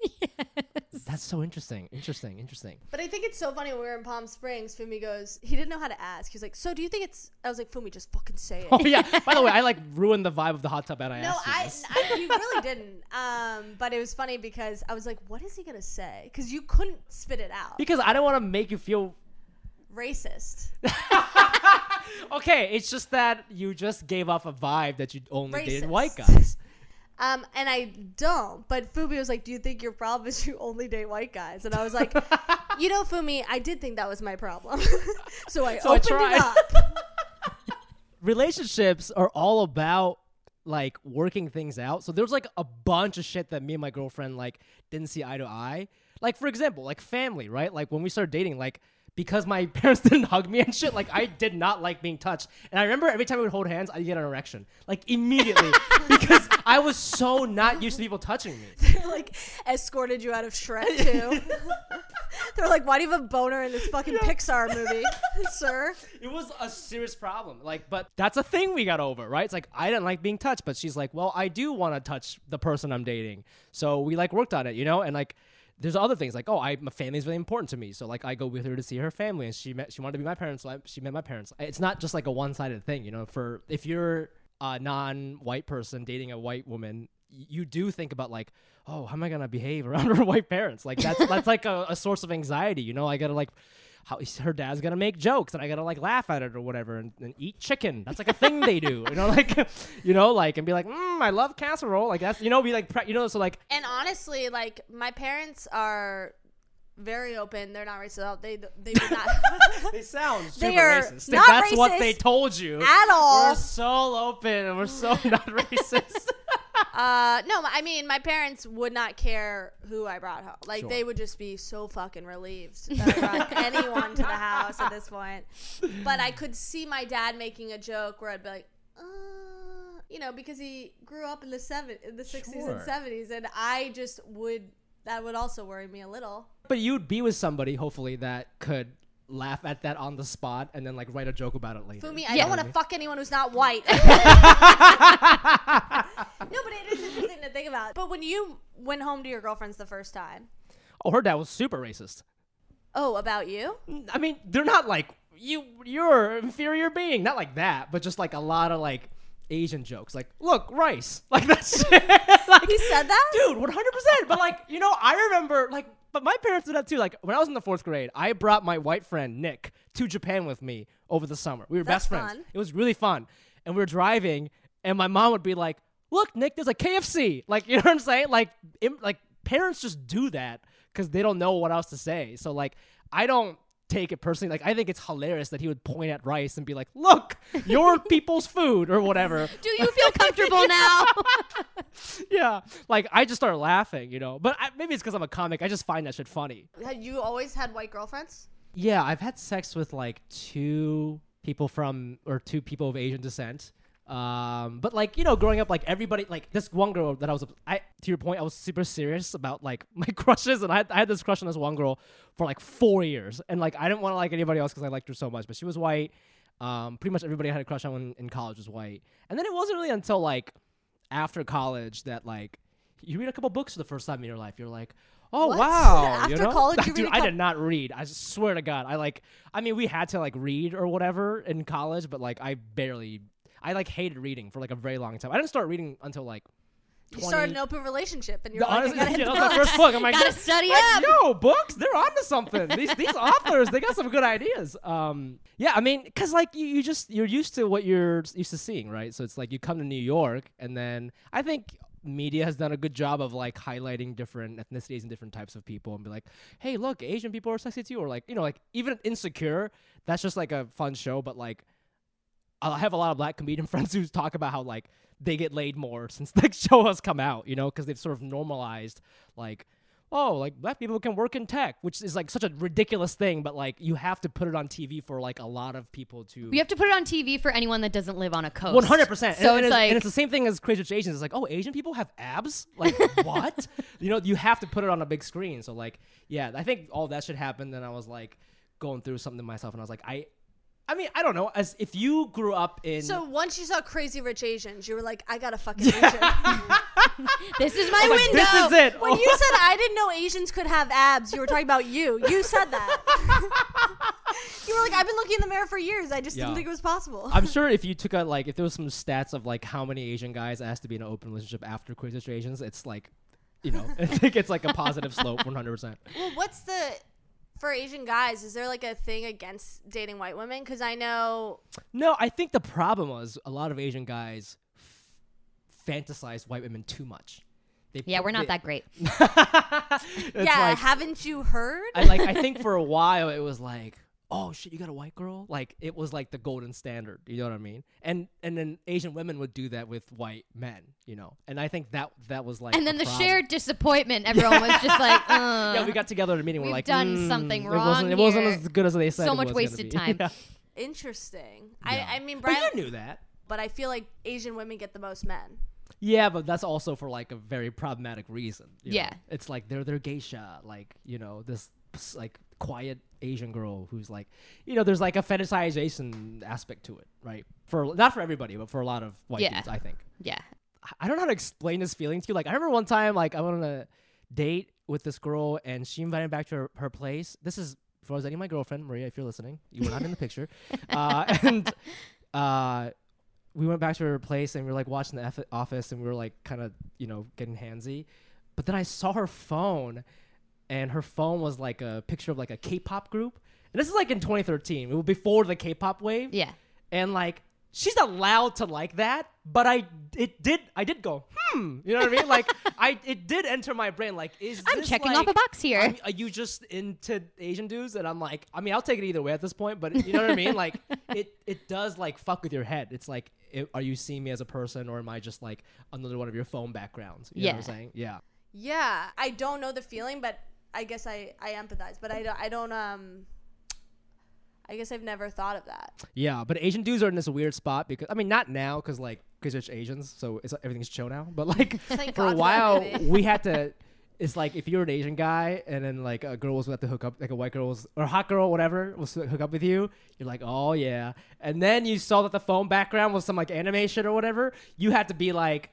[SPEAKER 2] That's so interesting. Interesting. Interesting.
[SPEAKER 3] but i think it's so funny when we were in palm springs fumi goes he didn't know how to ask he was like so do you think it's i was like fumi just fucking say
[SPEAKER 2] Oh
[SPEAKER 3] it
[SPEAKER 2] yeah. By the way, I like ruined the vibe of the hot tub at I
[SPEAKER 3] no
[SPEAKER 2] asked you
[SPEAKER 3] I,
[SPEAKER 2] this.
[SPEAKER 3] I you really didn't um but it was funny because i was like what is he gonna say because you couldn't spit it out
[SPEAKER 2] because I don't want to make you feel
[SPEAKER 3] racist
[SPEAKER 2] okay. It's just that you just gave off a vibe that you only dated
[SPEAKER 3] Racist.
[SPEAKER 2] white guys.
[SPEAKER 3] Um, and I don't. But Fumi was like, "Do you think your problem is you only date white guys?" And I was like, "You know, Fumi, I did think that was my problem, so I
[SPEAKER 2] So I
[SPEAKER 3] opened
[SPEAKER 2] tried.
[SPEAKER 3] it up."
[SPEAKER 2] Relationships are all about like working things out. So there's like a bunch of shit that me and my girlfriend like didn't see eye to eye. Like for example, like family, right? Like when we started dating, like because my parents didn't hug me and shit, like I did not like being touched. And I remember every time we would hold hands, I'd get an erection. Like immediately. because I was so not used to people touching me.
[SPEAKER 3] They, like escorted you out of Shrek too. They're like, "Why do you have a boner in this fucking Pixar movie, sir?"
[SPEAKER 2] It was a serious problem. Like, but that's a thing we got over, right? It's like I didn't like being touched, but she's like, well, I do want to touch the person I'm dating. So we like worked on it, you know, and like. There's other things like oh I my family's really important to me so like I go with her to see her family and she met she wanted to be my parents so I, she met my parents it's not just like a one sided thing you know for if you're a non white person dating a white woman y- you do think about like oh how am I gonna behave around her white parents like that's that's like a, a source of anxiety you know I gotta like how her dad's gonna make jokes and I gotta like laugh at it or whatever and, and eat chicken. That's like a thing they do, you know, like you know, like and be like, mm, I love casserole, like that's you know, be like pre- you know, so like
[SPEAKER 3] And honestly, like my parents are very open. They're not racist. They they would not
[SPEAKER 2] they sound super
[SPEAKER 3] They are
[SPEAKER 2] racist.
[SPEAKER 3] not
[SPEAKER 2] that's what
[SPEAKER 3] racist
[SPEAKER 2] they told you.
[SPEAKER 3] at all.
[SPEAKER 2] We're so open and we're so not racist.
[SPEAKER 3] Uh, no, I mean, my parents would not care who I brought home. Like,
[SPEAKER 2] Sure.
[SPEAKER 3] they would just be so fucking relieved that I brought anyone to the house at this point. But I could see my dad making a joke where I'd be like, uh, you know, because he grew up in the seven, in the sixties and
[SPEAKER 2] Sure.
[SPEAKER 3] seventies, and I just would that would also worry me a little.
[SPEAKER 2] But you'd be with somebody, hopefully, that could laugh at that on the spot and then like write a joke about it later.
[SPEAKER 3] Fumi, I
[SPEAKER 4] Yeah.
[SPEAKER 3] don't want to fuck anyone who's not white. no, but it is interesting to think about. But when you went home to your girlfriends the first time,
[SPEAKER 2] Oh, her dad was super racist.
[SPEAKER 3] oh, about you?
[SPEAKER 2] I mean, they're not like you. You're an inferior being, not like that, but just like a lot of like Asian jokes, like look rice, like that's like
[SPEAKER 3] He said that?
[SPEAKER 2] dude, one hundred percent. But like you know, I remember like, but my parents did that too. Like when I was in the fourth grade, I brought my white friend Nick to Japan with me over the summer. We were
[SPEAKER 3] That's
[SPEAKER 2] best friends.
[SPEAKER 3] fun.
[SPEAKER 2] It was really fun, and we were driving, and my mom would be like, "Look, Nick, there's a KFC." Like you know what I'm saying? Like im- like parents just do that because they don't know what else to say. So like I don't take it personally. Like I think it's hilarious that he would point at rice and be like, "Look, your people's food" or whatever.
[SPEAKER 4] Do you feel comfortable now?
[SPEAKER 2] yeah, like I just start laughing, you know. But I, maybe it's because I'm a comic. I just find that shit funny.
[SPEAKER 3] Had you always had white girlfriends?
[SPEAKER 2] Yeah, I've had sex with like two people from or two people of Asian descent. Um, but like you know, growing up, like everybody, like this one girl that I was, I to your point, I was super serious about like my crushes, and I had, I had this crush on this one girl for like four years, and like I didn't want to like anybody else because I liked her so much, but she was white. Um, pretty much everybody I had a crush on in, in college was white, and then it wasn't really until like after college that like you read a couple books for the first time in your life, you're like, oh
[SPEAKER 3] What?
[SPEAKER 2] wow, you
[SPEAKER 3] After
[SPEAKER 2] know?
[SPEAKER 3] college, you
[SPEAKER 2] dude,
[SPEAKER 3] read a
[SPEAKER 2] I
[SPEAKER 3] cou-
[SPEAKER 2] did not read. I swear to God, I like. I mean, we had to like read or whatever in college, but like I barely. I like hated reading for like a very long time. I didn't start reading until like. 20,
[SPEAKER 3] You started an open relationship, and you're
[SPEAKER 2] The-
[SPEAKER 3] like, I
[SPEAKER 2] honestly,
[SPEAKER 3] gotta
[SPEAKER 2] yeah,
[SPEAKER 3] hit
[SPEAKER 2] that was
[SPEAKER 3] the
[SPEAKER 2] my
[SPEAKER 3] books.
[SPEAKER 2] first book. I'm like,
[SPEAKER 4] Gotta study
[SPEAKER 2] like,
[SPEAKER 4] up.
[SPEAKER 2] yo, books, they're onto something. These these authors, they got some good ideas. Um, yeah, I mean, cause like you, you just you're used to what you're s- used to seeing, right? So it's like you come to New York, and then I think media has done a good job of like highlighting different ethnicities and different types of people, and be like, hey, look, Asian people are sexy too, or like you know, like even Insecure, that's just like a fun show, but like I have a lot of black comedian friends who talk about how like they get laid more since the show has come out, you know, because they've sort of normalized like, oh, like black people can work in tech, which is like such a ridiculous thing, but like you have to put it on TV for like a lot of people to.
[SPEAKER 4] You have to put it on TV for anyone that doesn't live on a coast.
[SPEAKER 2] One hundred percent.
[SPEAKER 4] So
[SPEAKER 2] and
[SPEAKER 4] it's
[SPEAKER 2] it's,
[SPEAKER 4] like
[SPEAKER 2] and it's the same thing as Crazy Rich Asians. It's like, oh, Asian people have abs. Like what? you know, you have to put it on a big screen. So like, yeah, I think all that should happen. Then I was like, going through something to myself, and I was like, I, I mean, I don't know. As if you grew up in
[SPEAKER 3] So once you saw Crazy Rich Asians, you were like, I gotta fucking Asian.
[SPEAKER 4] this is my
[SPEAKER 2] like,
[SPEAKER 4] window.
[SPEAKER 2] this is it.
[SPEAKER 3] when you said I didn't know Asians could have abs, you were talking about you. You said that. you were like, I've been looking in the mirror for years. I just
[SPEAKER 2] Yeah.
[SPEAKER 3] didn't think it was possible.
[SPEAKER 2] I'm sure if you took a like, if there was some stats of like how many Asian guys asked to be in an open relationship after Crazy Rich Asians, it's like, you know, I think it's like a positive slope, one hundred percent.
[SPEAKER 3] Well, what's the for Asian guys? Is there like a thing against dating white women? Because I know
[SPEAKER 2] No, I think the problem was a lot of Asian guys f- fantasize white women too much. They
[SPEAKER 4] Yeah,
[SPEAKER 2] put-
[SPEAKER 4] we're
[SPEAKER 2] they-
[SPEAKER 4] not that great.
[SPEAKER 2] it's
[SPEAKER 3] yeah,
[SPEAKER 2] like,
[SPEAKER 3] haven't you heard?
[SPEAKER 2] I like I think for a while it was like, oh shit, you got a white girl? Like it was like the golden standard, you know what I mean? And and then Asian women would do that with white men, you know. And I think that that was like
[SPEAKER 4] And
[SPEAKER 2] a
[SPEAKER 4] then the
[SPEAKER 2] problem.
[SPEAKER 4] shared disappointment. Everyone was just like, uh,
[SPEAKER 2] Yeah, we got together at a meeting. We're
[SPEAKER 4] We've
[SPEAKER 2] like,
[SPEAKER 4] done
[SPEAKER 2] "Mm,
[SPEAKER 4] something
[SPEAKER 2] it
[SPEAKER 4] wrong
[SPEAKER 2] Wasn't, it wasn't
[SPEAKER 4] here.
[SPEAKER 2] as good as they said.
[SPEAKER 4] So
[SPEAKER 2] it
[SPEAKER 4] much
[SPEAKER 2] was gonna
[SPEAKER 4] wasted
[SPEAKER 2] be."
[SPEAKER 4] time.
[SPEAKER 2] Yeah.
[SPEAKER 3] Interesting.
[SPEAKER 2] Yeah.
[SPEAKER 3] I, I mean,
[SPEAKER 2] But
[SPEAKER 3] Brian,
[SPEAKER 2] you knew that.
[SPEAKER 3] but I feel like Asian women get the most men.
[SPEAKER 2] Yeah, but that's also for like a very problematic reason. you know?
[SPEAKER 4] Yeah.
[SPEAKER 2] it's like they're their geisha, like you know this s- like quiet Asian girl who's like, you know, there's like a fetishization aspect to it, right? For not for everybody, but for a lot of white
[SPEAKER 4] Yeah.
[SPEAKER 2] dudes, I think.
[SPEAKER 4] yeah.
[SPEAKER 2] I- I don't know how to explain this feeling to you. Like I remember one time, like I went on a date with this girl, and she invited me back to her, her place. This is Rosetti, my girlfriend Maria. If you're listening, you were not in the picture. Uh, and uh, we went back to her place, and we were like watching the F- office, and we were like kind of you know getting handsy. But then I saw her phone, and her phone was like a picture of like a K-pop group. And this is like in 2013. It was before the K-pop wave
[SPEAKER 4] Yeah.
[SPEAKER 2] and like she's allowed to like that but i it did i did go hmm you know what i mean like i it did enter my brain like is
[SPEAKER 4] I'm
[SPEAKER 2] this
[SPEAKER 4] checking
[SPEAKER 2] like,
[SPEAKER 4] off a box here.
[SPEAKER 2] I'm- are you just into asian dudes and i'm like i mean i'll take it either way at this point but you know what i mean like it it does like fuck with your head it's like it, are you seeing me as a person or am i just like another one of your phone backgrounds you know what
[SPEAKER 4] Yeah.
[SPEAKER 2] i'm saying yeah
[SPEAKER 3] Yeah, I don't know the feeling, but I guess I I empathize. But I don't I don't um. I guess I've never thought of that.
[SPEAKER 2] Yeah, but Asian dudes are in this weird spot because I mean, not now because like Crazy Rich Asians, so it's everything's show now. But like
[SPEAKER 3] Thank
[SPEAKER 2] for
[SPEAKER 3] God
[SPEAKER 2] a
[SPEAKER 3] for that
[SPEAKER 2] while,
[SPEAKER 3] movie.
[SPEAKER 2] we had to. It's like if you're an Asian guy and then like a girl was about to hook up, like a white girl was or a hot girl, whatever, was to hook up with you. You're like, oh yeah. And then you saw that the phone background was some like anime shit or whatever. You had to be like,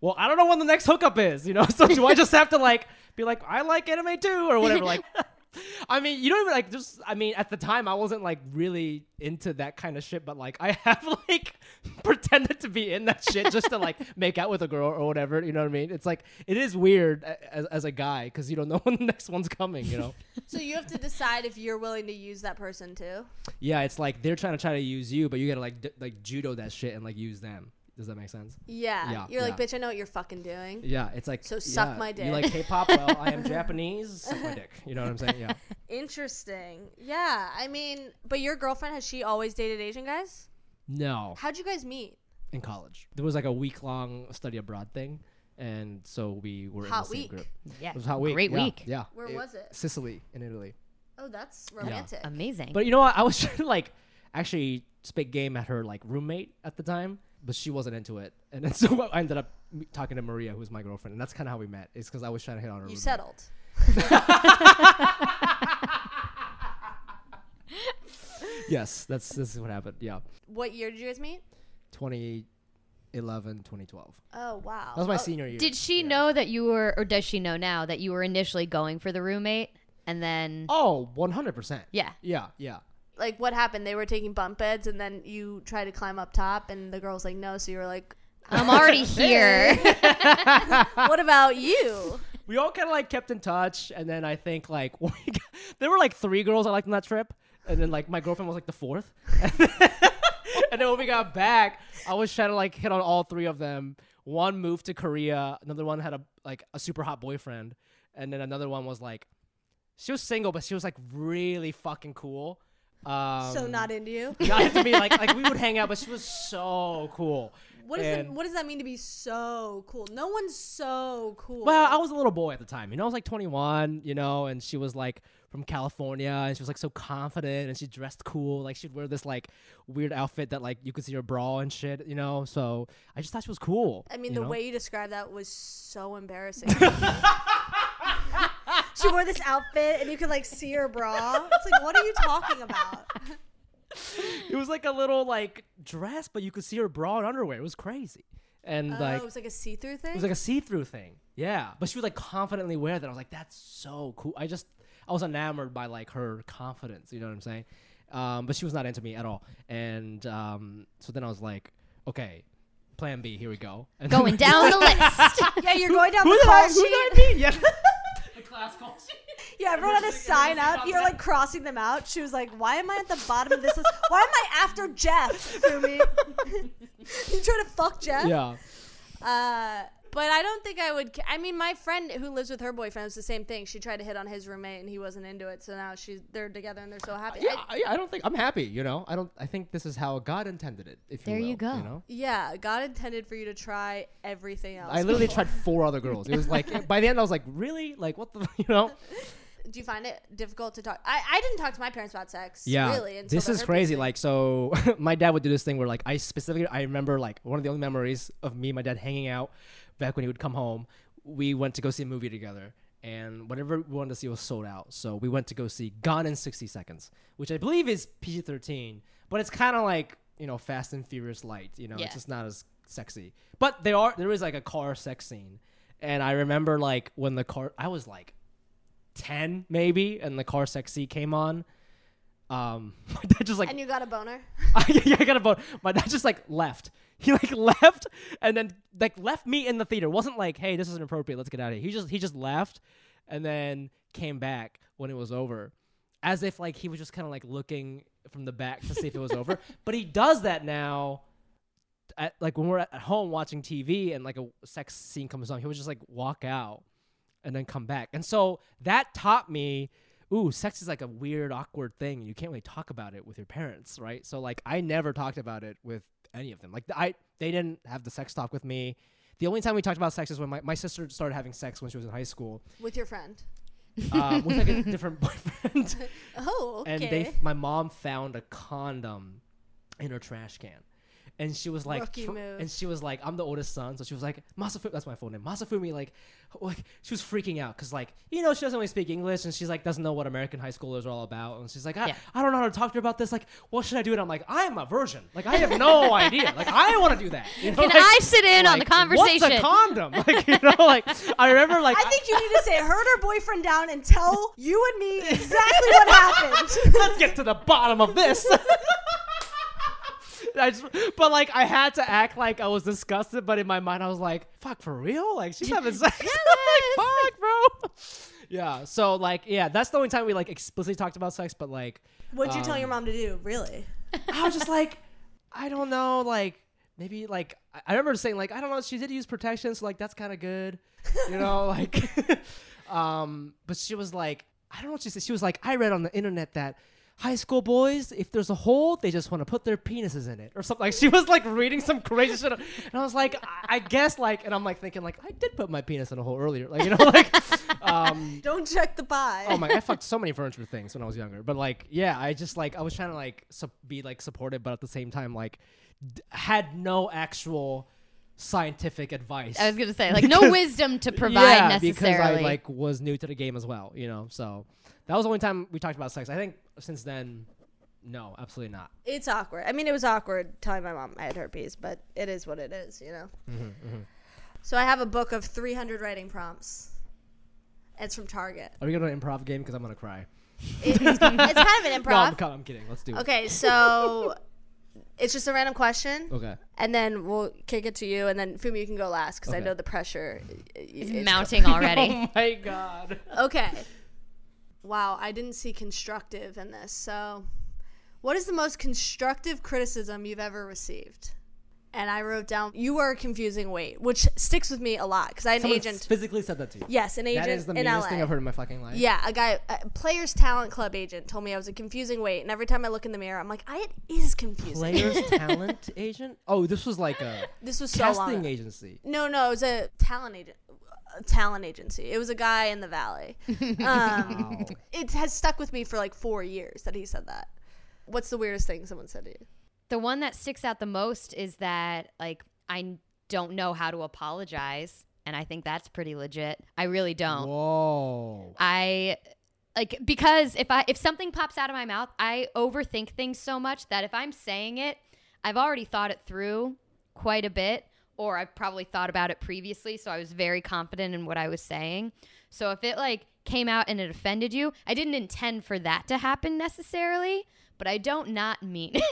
[SPEAKER 2] well, I don't know when the next hookup is, you know. So do I just have to like be like, I like anime too, or whatever? Like, I mean, you don't even like just. I mean, at the time, I wasn't like really into that kind of shit, but like I have like pretended to be in that shit just to like make out with a girl or whatever. You know what I mean? It's like it is weird a- as, as a guy because you don't know when the next one's coming. You know?
[SPEAKER 3] So you have to decide if you're willing to use that person too.
[SPEAKER 2] yeah, it's like they're trying to try to use you, but you gotta like d- like judo that shit and like use them. Does that make sense?
[SPEAKER 3] Yeah.
[SPEAKER 2] Yeah,
[SPEAKER 3] you're like,
[SPEAKER 2] yeah.
[SPEAKER 3] bitch, I know what you're fucking doing.
[SPEAKER 2] Yeah, it's like
[SPEAKER 3] So suck
[SPEAKER 2] yeah,
[SPEAKER 3] my
[SPEAKER 2] You
[SPEAKER 3] dick.
[SPEAKER 2] like K-pop? well, I am Japanese. Suck my dick. You know what I'm saying? Yeah.
[SPEAKER 3] Interesting. Yeah. I mean, but your girlfriend has she always dated Asian guys?
[SPEAKER 2] No.
[SPEAKER 3] How'd you guys meet?
[SPEAKER 2] in college. There was like a week long study abroad thing, and so we were
[SPEAKER 3] Hot
[SPEAKER 2] in the same
[SPEAKER 3] week.
[SPEAKER 2] group.
[SPEAKER 4] Yeah.
[SPEAKER 2] It was a hot week.
[SPEAKER 4] Great
[SPEAKER 2] yeah,
[SPEAKER 4] week.
[SPEAKER 2] Yeah.
[SPEAKER 3] Where was it?
[SPEAKER 2] Sicily in Italy.
[SPEAKER 3] Oh, that's romantic.
[SPEAKER 4] Amazing.
[SPEAKER 2] But you know what? I was trying to like actually spit game at her like roommate at the time, but she wasn't into it, and then so I ended up m- talking to Maria, who was my girlfriend, and that's kind of how we met. It's because I was trying to hit on her.
[SPEAKER 3] You
[SPEAKER 2] roommate.
[SPEAKER 3] settled.
[SPEAKER 2] Yes, that's this is what happened. Yeah,
[SPEAKER 3] What year did you guys meet?
[SPEAKER 2] 2011, 2012.
[SPEAKER 3] Oh wow.
[SPEAKER 2] That was my
[SPEAKER 3] Oh,
[SPEAKER 2] senior year.
[SPEAKER 4] Did she know that you were, or does she know now that you were initially going for the roommate, and then
[SPEAKER 2] Oh, 100 percent.
[SPEAKER 4] yeah,
[SPEAKER 2] Yeah. Yeah.
[SPEAKER 3] Like what happened? They were taking bump beds, and then you tried to climb up top, and the girl's like, no. So you were like,
[SPEAKER 4] I'm already here.
[SPEAKER 3] what about you?
[SPEAKER 2] we all kind of like kept in touch and then i think like we got, there were like three girls i liked on that trip and then like my girlfriend was like the fourth and then when we got back i was trying to like hit on all three of them one moved to korea another one had a like a super hot boyfriend and then another one was like she was single but she was like really fucking cool um,
[SPEAKER 3] so not into you.
[SPEAKER 2] not to be like like we would hang out but she was so cool
[SPEAKER 3] What does it,
[SPEAKER 2] And-
[SPEAKER 3] what does that mean to be so cool? No one's so cool.
[SPEAKER 2] Well, I was a little boy at the time. You know, I was like 21, you know, and she was like from California and she was like so confident and she dressed cool. Like she'd wear this like weird outfit that like you could see her bra and shit, you know. So I just thought she was cool.
[SPEAKER 3] I mean,
[SPEAKER 2] you
[SPEAKER 3] the
[SPEAKER 2] know?
[SPEAKER 3] way you described that was so embarrassing. she wore this outfit, and you could like see her bra. It's like, what are you talking about? Oh,
[SPEAKER 2] it was like a little like dress, but you could see her bra and underwear. It was crazy. And
[SPEAKER 3] oh,
[SPEAKER 2] like
[SPEAKER 3] it was like a see-through thing.
[SPEAKER 2] It was like a see-through thing. Yeah, but she would like confidently wear that. I was like, that's so cool. I just I was enamored by like her confidence. You know what I'm saying? Um, but she was not into me at all. And um, so then I was like, okay, Plan B. Here we go. And
[SPEAKER 4] going down the list.
[SPEAKER 3] yeah, you're going down
[SPEAKER 2] Who
[SPEAKER 3] the
[SPEAKER 2] did I,
[SPEAKER 3] call
[SPEAKER 2] who did I
[SPEAKER 3] sheet.
[SPEAKER 2] meet? Yeah. the class call sheet.
[SPEAKER 3] Yeah, everyone had to sign up. You're like crossing them out. She was like, "Why am I at the bottom of this list? Why am I after Jeff, Fumi? you trying to fuck Jeff?"
[SPEAKER 2] Yeah.
[SPEAKER 3] Uh, but I don't think I would. ca- I mean, my friend who lives with her boyfriend was the same thing. She tried to hit on his roommate, and he wasn't into it. So now she's they're together, and they're so happy.
[SPEAKER 2] Yeah,
[SPEAKER 3] I-
[SPEAKER 2] I, yeah, I don't think I'm happy. You know, I don't. I think this is how God intended it. If
[SPEAKER 4] There
[SPEAKER 2] you,
[SPEAKER 4] you
[SPEAKER 2] will,
[SPEAKER 4] go.
[SPEAKER 2] You know?
[SPEAKER 3] yeah, God intended for you to try everything else.
[SPEAKER 2] I literally tried four other girls. It was like by the end, I was like, really? Like what the? You know?
[SPEAKER 3] Do you find it difficult to talk? I, I didn't talk to my parents about sex. really. Until
[SPEAKER 2] this
[SPEAKER 3] the
[SPEAKER 2] is
[SPEAKER 3] herpes
[SPEAKER 2] crazy.
[SPEAKER 3] thing.
[SPEAKER 2] Like, so my dad would do this thing where, like, I specifically, I remember, like, one of the only memories of me and my dad hanging out back when he would come home. We went to go see a movie together, and whatever we wanted to see was sold out. So we went to go see Gone in 60 Seconds, which I believe is PG 13, but it's kind of like, you know, Fast and Furious light. You know,
[SPEAKER 4] Yeah.
[SPEAKER 2] it's just not as sexy. But there are, there is like a car sex scene. And I remember, like, when the car, I was like 10 maybe, and the car sex scene came on. Um, my dad just like
[SPEAKER 3] and you got a boner.
[SPEAKER 2] yeah, I got a vote. My dad just like left. He like left and then like left me in the theater. wasn't like, hey, this isn't appropriate. Let's get out of here. He just he just left and then came back when it was over, as if like he was just kind of like looking from the back to see if it was over. But he does that now. At, like when we're at home watching TV and like a sex scene comes on, he would just like walk out and then come back. And so that taught me, ooh, sex is like a weird, awkward thing. You can't really talk about it with your parents, right? So like I never talked about it with any of them. Like I they didn't have the sex talk with me. The only time we talked about sex is when my, my sister started having sex when she was in high school
[SPEAKER 3] with your friend.
[SPEAKER 2] uh, with like a different boyfriend.
[SPEAKER 3] Oh, okay.
[SPEAKER 2] And they, my mom found a condom in her trash can. and she was like,
[SPEAKER 3] Rookie
[SPEAKER 2] fr-
[SPEAKER 3] move.
[SPEAKER 2] and she was like, I'm the oldest son, so she was like, Masafumi, that's my full name, Masafumi. Like, like she was freaking out because like you know she doesn't really speak English, and she's like doesn't know what American high schoolers are all about, and she's like, I,
[SPEAKER 4] Yeah.
[SPEAKER 2] I don't know how to talk to her about this. Like, what should I do? And I'm like, I am a virgin. Like, I have no idea. Like, I want to do that. You know,
[SPEAKER 4] Can
[SPEAKER 2] like-
[SPEAKER 4] I sit in on the
[SPEAKER 2] like,
[SPEAKER 4] conversation?
[SPEAKER 2] What's a condom? Like, you know, like I remember like
[SPEAKER 3] I think you need to say, herd her boyfriend down and tell you and me exactly what happened.
[SPEAKER 2] let's get to the bottom of this. I just, but like I had to act like I was disgusted, but in my mind I was like, "Fuck for real? Like she's having sex? I'm like, Fuck, bro." Yeah. So like, yeah, that's the only time we like explicitly talked about sex, but like,
[SPEAKER 3] What'd you
[SPEAKER 2] Um,
[SPEAKER 3] tell your mom to do, really?
[SPEAKER 2] I was just like, I don't know, like maybe like I- I remember saying like I don't know, she did use protection, so like that's kind of good, you know, like, um, but she was like, I don't know what she said. She was like, I read on the internet that high school boys, if there's a hole, they just want to put their penises in it or something. Like she was like reading some crazy shit, and I was like, I, I guess like, and I'm like thinking like I did put my penis in a hole earlier, like you know, like, um,
[SPEAKER 3] Don't check the pie.
[SPEAKER 2] oh my i fucked so many furniture things when i was younger but like yeah i just like i was trying to like sup be like supportive but at the same time like d- had no actual scientific advice
[SPEAKER 4] I was gonna say like no
[SPEAKER 2] Because-
[SPEAKER 4] wisdom to provide
[SPEAKER 2] yeah,
[SPEAKER 4] necessarily.
[SPEAKER 2] because i like was new to the game as well you know so that was the only time we talked about sex i think since then no absolutely not
[SPEAKER 3] It's awkward. I mean, it was awkward telling my mom I had herpes, but it is what it is, you know?
[SPEAKER 2] Mm-hmm,
[SPEAKER 3] So I have a book of 300 writing prompts. It's from Target.
[SPEAKER 2] are we gonna do an improv game because i'm gonna cry
[SPEAKER 3] It- it's, it's kind of an
[SPEAKER 2] no I'm,
[SPEAKER 3] improv.
[SPEAKER 2] ki- I'm kidding let's do
[SPEAKER 3] Okay, so it's just a random question.
[SPEAKER 2] it okay
[SPEAKER 3] and then we'll kick it to you, and then Fumi, you can go last because I
[SPEAKER 2] Okay.
[SPEAKER 3] know the pressure i- i-
[SPEAKER 4] It's
[SPEAKER 3] is-
[SPEAKER 4] mounting already.
[SPEAKER 2] oh my god
[SPEAKER 3] Okay. Wow, I didn't see constructive in this. So, what is the most constructive criticism you've ever received? And I wrote down, "You are a confusing weight," which sticks with me a lot because I had an
[SPEAKER 2] Someone
[SPEAKER 3] agent.
[SPEAKER 2] physically said that to you
[SPEAKER 3] yes, an agent
[SPEAKER 2] that is the
[SPEAKER 3] in
[SPEAKER 2] meanest
[SPEAKER 3] LA.
[SPEAKER 2] thing i've heard in my fucking life
[SPEAKER 3] Yeah, a guy, a Players Talent Club agent, told me I was a confusing weight, and every time I look in the mirror, I'm like, I, "It is confusing."
[SPEAKER 2] players talent agent oh this was like a
[SPEAKER 3] this was so long.
[SPEAKER 2] casting
[SPEAKER 3] ago.
[SPEAKER 2] agency.
[SPEAKER 3] No, no, it was a talent agent, a talent agency. It was a guy in the valley. Um,
[SPEAKER 2] Wow.
[SPEAKER 3] it has stuck with me for like four years that he said that. What's the weirdest thing someone said to you?
[SPEAKER 4] the one that sticks out the most is that like I n- don't know how to apologize, and I think that's pretty legit. I really don't.
[SPEAKER 2] Whoa.
[SPEAKER 4] I like because if I if something pops out of my mouth, I overthink things so much that if I'm saying it, I've already thought it through quite a bit or I've probably thought about it previously, so I was very confident in what I was saying. So if it like came out and it offended you, I didn't intend for that to happen necessarily, but I don't not mean it.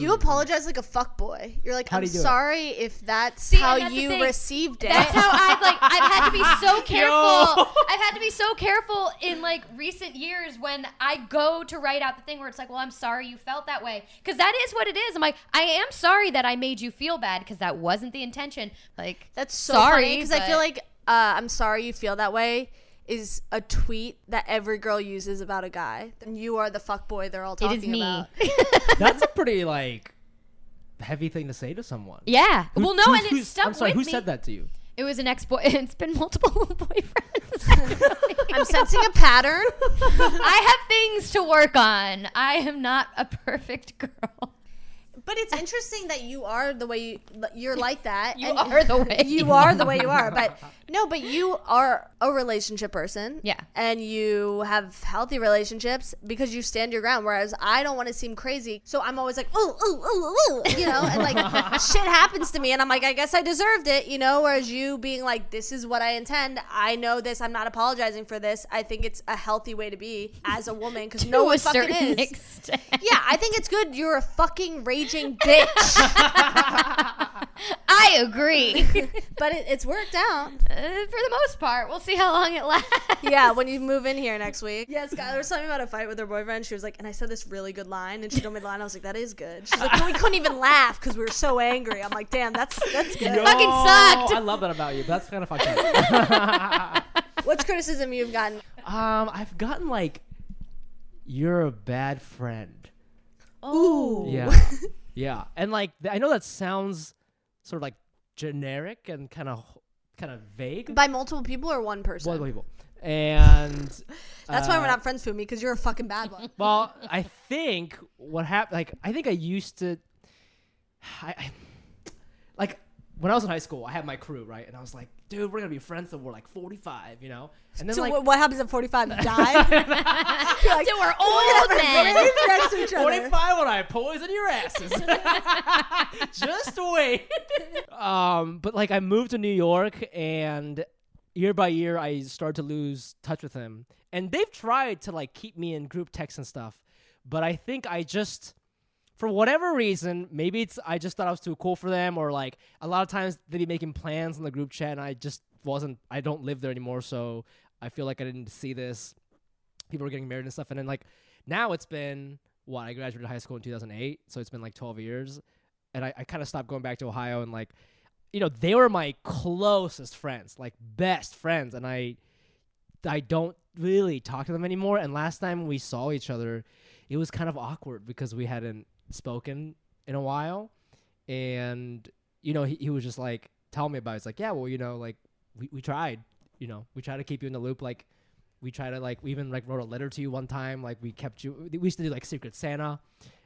[SPEAKER 3] You apologize like a fuck boy. You're like,
[SPEAKER 2] How
[SPEAKER 3] I'm
[SPEAKER 2] do you do it?"
[SPEAKER 3] sorry if that's
[SPEAKER 4] See,
[SPEAKER 3] how
[SPEAKER 4] and that's the
[SPEAKER 3] you
[SPEAKER 4] thing.
[SPEAKER 3] received it.
[SPEAKER 4] That's how I've like I've had to be so careful.
[SPEAKER 2] Yo.
[SPEAKER 4] I've had to be so careful in like recent years when I go to write out the thing where it's like, well, I'm sorry you felt that way, because that is what it is. I'm like, I am sorry that I made you feel bad because that wasn't the intention. Like,
[SPEAKER 3] That's so
[SPEAKER 4] Sorry,
[SPEAKER 3] sorry because I feel
[SPEAKER 4] but-
[SPEAKER 3] like uh, I'm sorry you feel that way is a tweet that every girl uses about a guy. You are the fuck boy they're all
[SPEAKER 4] it
[SPEAKER 3] talking
[SPEAKER 4] is me.
[SPEAKER 3] about.
[SPEAKER 2] That's a pretty like heavy thing to say to someone.
[SPEAKER 4] yeah.
[SPEAKER 2] Who-
[SPEAKER 4] well, no,
[SPEAKER 2] who-
[SPEAKER 4] and it
[SPEAKER 2] who's-
[SPEAKER 4] stuck
[SPEAKER 2] I'm sorry,
[SPEAKER 4] with
[SPEAKER 2] who
[SPEAKER 4] me.
[SPEAKER 2] said that to you?
[SPEAKER 4] It was an ex boy. It's been multiple boyfriends.
[SPEAKER 3] I'm sensing a pattern.
[SPEAKER 4] I have things to work on. I am not a perfect girl.
[SPEAKER 3] But it's interesting that you are the way you, you're like that.
[SPEAKER 4] You are the way
[SPEAKER 3] you are the way you are. But no, but you are a relationship person.
[SPEAKER 4] Yeah.
[SPEAKER 3] And you have healthy relationships because you stand your ground. Whereas I don't want to seem crazy, so I'm always like, ooh, ooh, ooh, ooh, you know, and like shit happens to me, and I'm like, I guess I deserved it, you know. Whereas you being like, this is what I intend. I know this. I'm not apologizing for this. I think it's a healthy way to be as a woman because no
[SPEAKER 4] to
[SPEAKER 3] one
[SPEAKER 4] a
[SPEAKER 3] fucking
[SPEAKER 4] certain
[SPEAKER 3] is.
[SPEAKER 4] extent.
[SPEAKER 3] Yeah, I think it's good. You're a fucking raging bitch.
[SPEAKER 4] I agree. uh, for
[SPEAKER 3] but it, it's worked out.
[SPEAKER 4] Uh, the most part, we'll see how long it lasts.
[SPEAKER 3] Yeah, when you move in here next week. Yes, Skylar was telling me about a fight with her boyfriend. She was like, and I said this really good line, and she told me the line. I was like, that is good. She's like, "No, we couldn't even laugh because we were so angry. I'm like, damn, that's that's good.
[SPEAKER 4] fucking sucked.
[SPEAKER 2] I love that about you, but that's kind of fucked up.
[SPEAKER 3] What's criticism you've gotten?
[SPEAKER 2] um, I've gotten like, you're a bad friend.
[SPEAKER 3] Ooh.
[SPEAKER 2] Yeah. yeah. And like th- I know that sounds sort of like generic and kind of kind of vague.
[SPEAKER 3] By multiple people or one person?
[SPEAKER 2] Well, people. And
[SPEAKER 3] that's why
[SPEAKER 2] uh,
[SPEAKER 3] we're not friends, Fumi, because you're a fucking bad one.
[SPEAKER 2] Well, I think what happened, like, I think I used to, I, I like when I was in high school, I had my crew, right? And I was like, dude, we're gonna be friends till we're like 45, you know? And then
[SPEAKER 3] So
[SPEAKER 2] like
[SPEAKER 3] wh- what happens at 45? You die?
[SPEAKER 4] so we're old then.
[SPEAKER 3] next to each other.
[SPEAKER 2] 45 when I poison your asses. Just wait. um, but like I moved to New York and year by year I started to lose touch with him. And they've tried to like keep me in group texts and stuff, but I think I just for whatever reason, maybe it's I just thought I was too cool for them or like a lot of times they'd be making plans in the group chat and I just wasn't I don't live there anymore, so I feel like I didn't see this people were getting married and stuff. And then like now it's been what I graduated high school in 2008, so it's been like 12 years, and I, I kind of stopped going back to Ohio and like, you know, they were my closest friends, like best friends, and I, I don't really talk to them anymore. And last time we saw each other, it was kind of awkward because we hadn't spoken in a while, and you know he, he was just like telling me about it. it's like yeah well you know like we, we tried you know we tried to keep you in the loop like we try to like we even like wrote a letter to you one time like we kept you we used to do like secret santa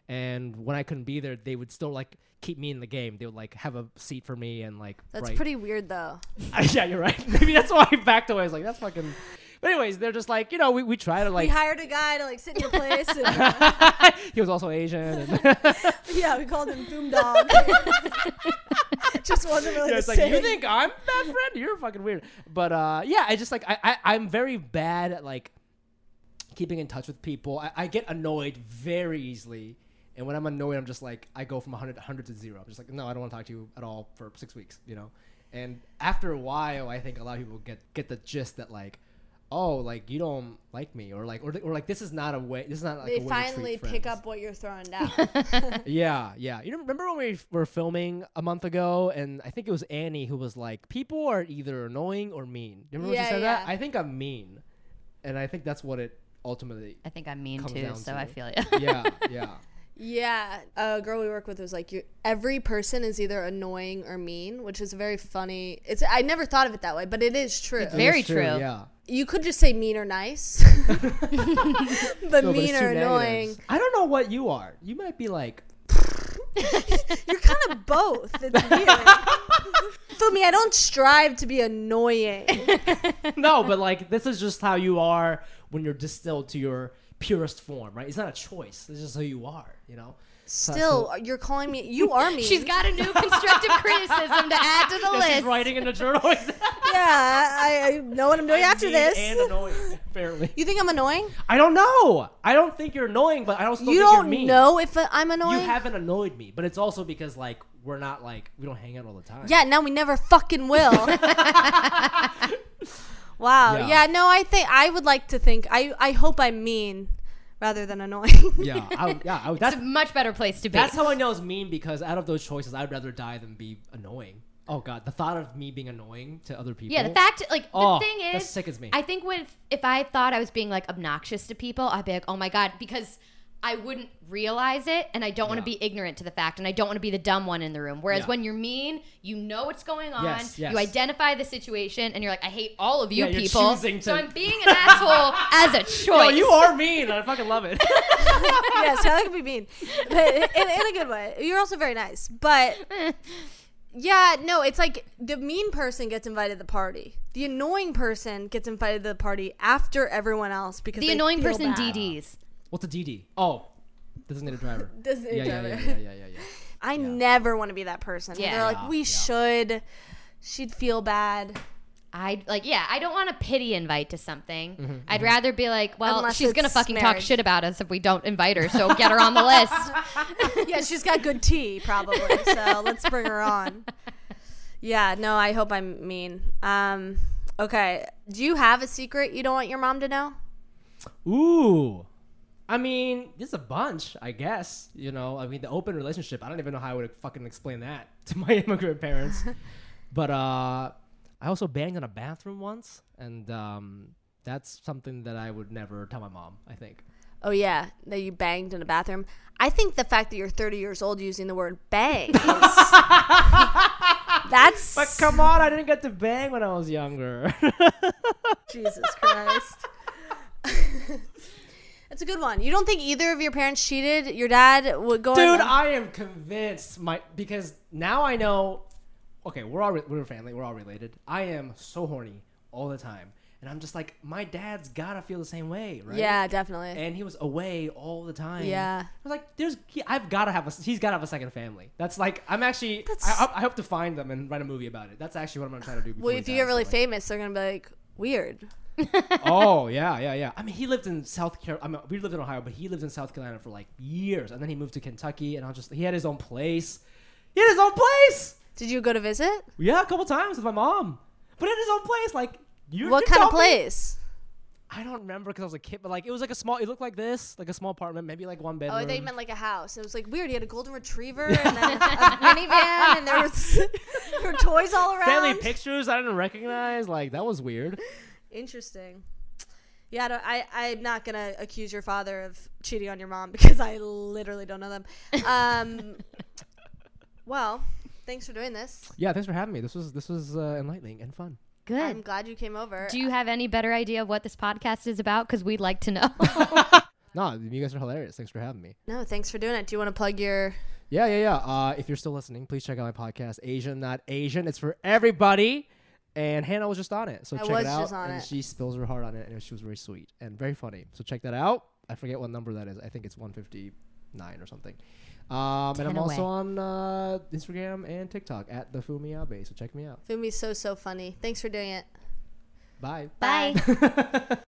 [SPEAKER 2] and when i couldn't be there they would still like keep me in the game they would like have a seat for me and like
[SPEAKER 3] That's
[SPEAKER 2] write-
[SPEAKER 3] pretty weird, though.
[SPEAKER 2] yeah you're right maybe that's why i backed away i was like that's fucking but anyways they're just like you know we, we try to
[SPEAKER 3] We
[SPEAKER 2] like
[SPEAKER 3] hired a guy to like sit in your place. And, uh,
[SPEAKER 2] he was also asian and
[SPEAKER 3] yeah, we called him Boom Dog. Just wasn't really
[SPEAKER 2] yeah,
[SPEAKER 3] the
[SPEAKER 2] it's like
[SPEAKER 3] same.
[SPEAKER 2] you think I'm bad friend? You're fucking weird. But uh, yeah, I just like I, I I'm very bad at like keeping in touch with people. I, I get annoyed very easily, and when I'm annoyed, I'm just like I go from 100 to 100 to zero. I'm just like no, I don't want to talk to you at all for six weeks, you know. And after a while, I think a lot of people get get the gist that like. Oh, like you don't like me, or like, or, or like this is not a way. This is not like a
[SPEAKER 3] they
[SPEAKER 2] way
[SPEAKER 3] finally
[SPEAKER 2] to treat
[SPEAKER 3] pick
[SPEAKER 2] friends.
[SPEAKER 3] up what you're throwing down.
[SPEAKER 2] Yeah, yeah. You know, remember when we f- were filming a month ago, and I think it was Annie who was like, "People are either annoying or mean." You remember when
[SPEAKER 3] Yeah,
[SPEAKER 2] she said that?
[SPEAKER 3] yeah.
[SPEAKER 2] I think I'm mean, and I think that's what it ultimately.
[SPEAKER 4] I think I'm mean
[SPEAKER 2] Comes
[SPEAKER 4] too,
[SPEAKER 2] down
[SPEAKER 4] so
[SPEAKER 2] to
[SPEAKER 4] I
[SPEAKER 2] it.
[SPEAKER 4] feel you.
[SPEAKER 2] Yeah, yeah.
[SPEAKER 3] yeah, a girl we work with was like, you every person is either annoying or mean, which is very funny. It's I never thought of it that way, but it is true.
[SPEAKER 4] It's Very
[SPEAKER 2] It's
[SPEAKER 4] true.
[SPEAKER 2] Yeah.
[SPEAKER 3] you could just say mean or nice, but
[SPEAKER 2] No, but it's
[SPEAKER 3] mean
[SPEAKER 2] two
[SPEAKER 3] or annoying.
[SPEAKER 2] negatives. I don't know what you are. You might be like.
[SPEAKER 3] You're kind of both. It's weird. For me, I don't strive to be annoying.
[SPEAKER 2] No, but like this is just how you are when you're distilled to your purest form, right? It's not a choice. It's just who you are, you know. So-
[SPEAKER 3] Still, you're calling me. You are mean.
[SPEAKER 4] She's got a new constructive criticism to add to the
[SPEAKER 2] so-
[SPEAKER 4] list.
[SPEAKER 2] She's writing in the journal.
[SPEAKER 3] Yeah, I, I know what I'm doing after
[SPEAKER 2] Mean
[SPEAKER 3] this.
[SPEAKER 2] and annoying, apparently.
[SPEAKER 3] you think I'm annoying?
[SPEAKER 2] I don't know. I don't think you're annoying, but I don't still
[SPEAKER 3] you
[SPEAKER 2] think
[SPEAKER 3] don't
[SPEAKER 2] you're mean.
[SPEAKER 3] know if I'm annoying.
[SPEAKER 2] You haven't annoyed me, but it's also because like we're not like we don't hang out all the time.
[SPEAKER 3] yeah, now we never fucking will. wow.
[SPEAKER 2] Yeah.
[SPEAKER 3] Yeah. No, I think I would like to think. I I hope I'm mean rather than annoying.
[SPEAKER 2] yeah, I, would- yeah. I, would- that's
[SPEAKER 4] It's a much better place to be.
[SPEAKER 2] that's how I know it's mean because out of those choices, I'd rather die than be annoying. Oh God, the thought of me being annoying to other people.
[SPEAKER 4] yeah, the fact, like, the
[SPEAKER 2] Oh,
[SPEAKER 4] thing is,
[SPEAKER 2] that sickens me.
[SPEAKER 4] I think with if I thought I was being like obnoxious to people, I'd be like, oh my god, because I wouldn't realize it, and I don't want to
[SPEAKER 2] Yeah.
[SPEAKER 4] be ignorant to the fact, and I don't want to be the dumb one in the room. Whereas
[SPEAKER 2] Yeah.
[SPEAKER 4] when you're mean, you know what's going on,
[SPEAKER 2] Yes, yes.
[SPEAKER 4] you identify the situation, and you're like, I hate all of you
[SPEAKER 2] Yeah, you're
[SPEAKER 4] people,
[SPEAKER 2] choosing
[SPEAKER 4] so
[SPEAKER 2] to-
[SPEAKER 4] I'm being an asshole as a choice.
[SPEAKER 2] Oh, you are mean. I fucking love it.
[SPEAKER 3] yeah, so that could be mean, but in, in a good way. You're also very nice, but yeah, no, it's like the mean person gets invited to the party. The annoying person gets invited to the party after everyone else because
[SPEAKER 4] the
[SPEAKER 3] they
[SPEAKER 4] annoying
[SPEAKER 3] feel
[SPEAKER 4] person,
[SPEAKER 3] bad.
[SPEAKER 4] DDs.
[SPEAKER 2] What's a DD? Oh, designated driver.
[SPEAKER 3] Designated
[SPEAKER 2] yeah, yeah,
[SPEAKER 3] driver.
[SPEAKER 2] Yeah, yeah, yeah, yeah, yeah.
[SPEAKER 3] I never want to be that person.
[SPEAKER 4] Yeah.
[SPEAKER 3] They're like,
[SPEAKER 2] Yeah,
[SPEAKER 3] we
[SPEAKER 2] yeah.
[SPEAKER 3] should. She'd feel bad.
[SPEAKER 4] I like yeah. I don't want a pity invite to something.
[SPEAKER 2] Mm-hmm,
[SPEAKER 4] I'd rather be like, well,
[SPEAKER 3] Unless
[SPEAKER 4] she's gonna
[SPEAKER 3] it's
[SPEAKER 4] fucking talk
[SPEAKER 3] marriage.
[SPEAKER 4] shit about us if we don't invite her. So get her on the list.
[SPEAKER 3] yeah, she's got good tea probably. So let's bring her on. Yeah, no, I hope I'm mean. Um, okay, do you have a secret you don't want your mom to know?
[SPEAKER 2] Ooh. I mean, there's a bunch, I guess. You know, I mean, the open relationship, I don't even know how I would fucking explain that to my immigrant parents. but uh, I also banged in a bathroom once, and um, that's something that I would never tell my mom, I think.
[SPEAKER 3] Oh yeah, that you banged in a bathroom. I think the fact that you're 30 years old using the word bang. Is, that's
[SPEAKER 2] But come on, I didn't get to bang when I was younger.
[SPEAKER 3] Jesus Christ. That's a good one. You don't think either of your parents cheated? Your dad would go. on
[SPEAKER 2] Dude,
[SPEAKER 3] the-
[SPEAKER 2] I am convinced my because now I know. Okay, we're all re- we're family. We're all related. I am so horny all the time, and I'm just like my dad's gotta feel the same way, right?
[SPEAKER 3] yeah, definitely.
[SPEAKER 2] And he was away all the time.
[SPEAKER 3] Yeah.
[SPEAKER 2] I was like, "There's, he- I've gotta have a, he's gotta have a second family." That's like, I'm actually,
[SPEAKER 3] That's-
[SPEAKER 2] I, I, I hope to find them and write a movie about it. That's actually what I'm gonna try to do. before
[SPEAKER 3] well,
[SPEAKER 2] he
[SPEAKER 3] if you
[SPEAKER 2] dies,
[SPEAKER 3] get really
[SPEAKER 2] but, like-
[SPEAKER 3] famous, they're gonna be like weird.
[SPEAKER 2] oh yeah, yeah, yeah. I mean, he lived in South Carolina. I mean, we lived in Ohio, but he lived in South Carolina for like years, and then he moved to Kentucky, and I was just he had his own place. He had his own place.
[SPEAKER 3] Did you go to visit?
[SPEAKER 2] Yeah, a couple times with my mom, but in his own place. Like you.
[SPEAKER 3] What
[SPEAKER 2] you
[SPEAKER 3] kind of
[SPEAKER 2] told me-
[SPEAKER 3] place?
[SPEAKER 2] I don't remember because I was a kid, but like it was like a small. It looked like this, like a small apartment, maybe like one bedroom.
[SPEAKER 3] Oh, they meant like a house. It was like weird. He had a golden retriever and then a minivan, and there was there were toys all around.
[SPEAKER 2] family pictures I didn't recognize. Like that was weird.
[SPEAKER 3] Interesting. Yeah, I don't, I, I'm not gonna accuse your father of cheating on your mom because I literally don't know them. Um, well, thanks for doing this.
[SPEAKER 2] Yeah, thanks for having me. This was this was uh, enlightening and fun.
[SPEAKER 4] Good.
[SPEAKER 3] I'm glad you came over.
[SPEAKER 4] Do you have any better idea of what this podcast is about? Because we'd like to know.
[SPEAKER 2] No, you guys are hilarious. Thanks for having me.
[SPEAKER 3] no, thanks for doing it. Do you want to plug your?
[SPEAKER 2] Yeah, yeah, yeah. Uh, if you're still listening, please check out my podcast, Asian Not Asian. It's for everybody. And Hannah was just on it, so
[SPEAKER 3] I
[SPEAKER 2] check
[SPEAKER 3] was
[SPEAKER 2] it out.
[SPEAKER 3] just on
[SPEAKER 2] and
[SPEAKER 3] it.
[SPEAKER 2] she spills her heart on it, and she was very sweet and very funny. So check that out. I forget what number that is. I think it's 159 or something. Um, and
[SPEAKER 4] Ten
[SPEAKER 2] I'm also
[SPEAKER 4] away.
[SPEAKER 2] on uh, Instagram and TikTok at the Fumiabe. So check me out.
[SPEAKER 3] Fumi's so so funny. Thanks for doing it.
[SPEAKER 2] Bye.
[SPEAKER 4] Bye.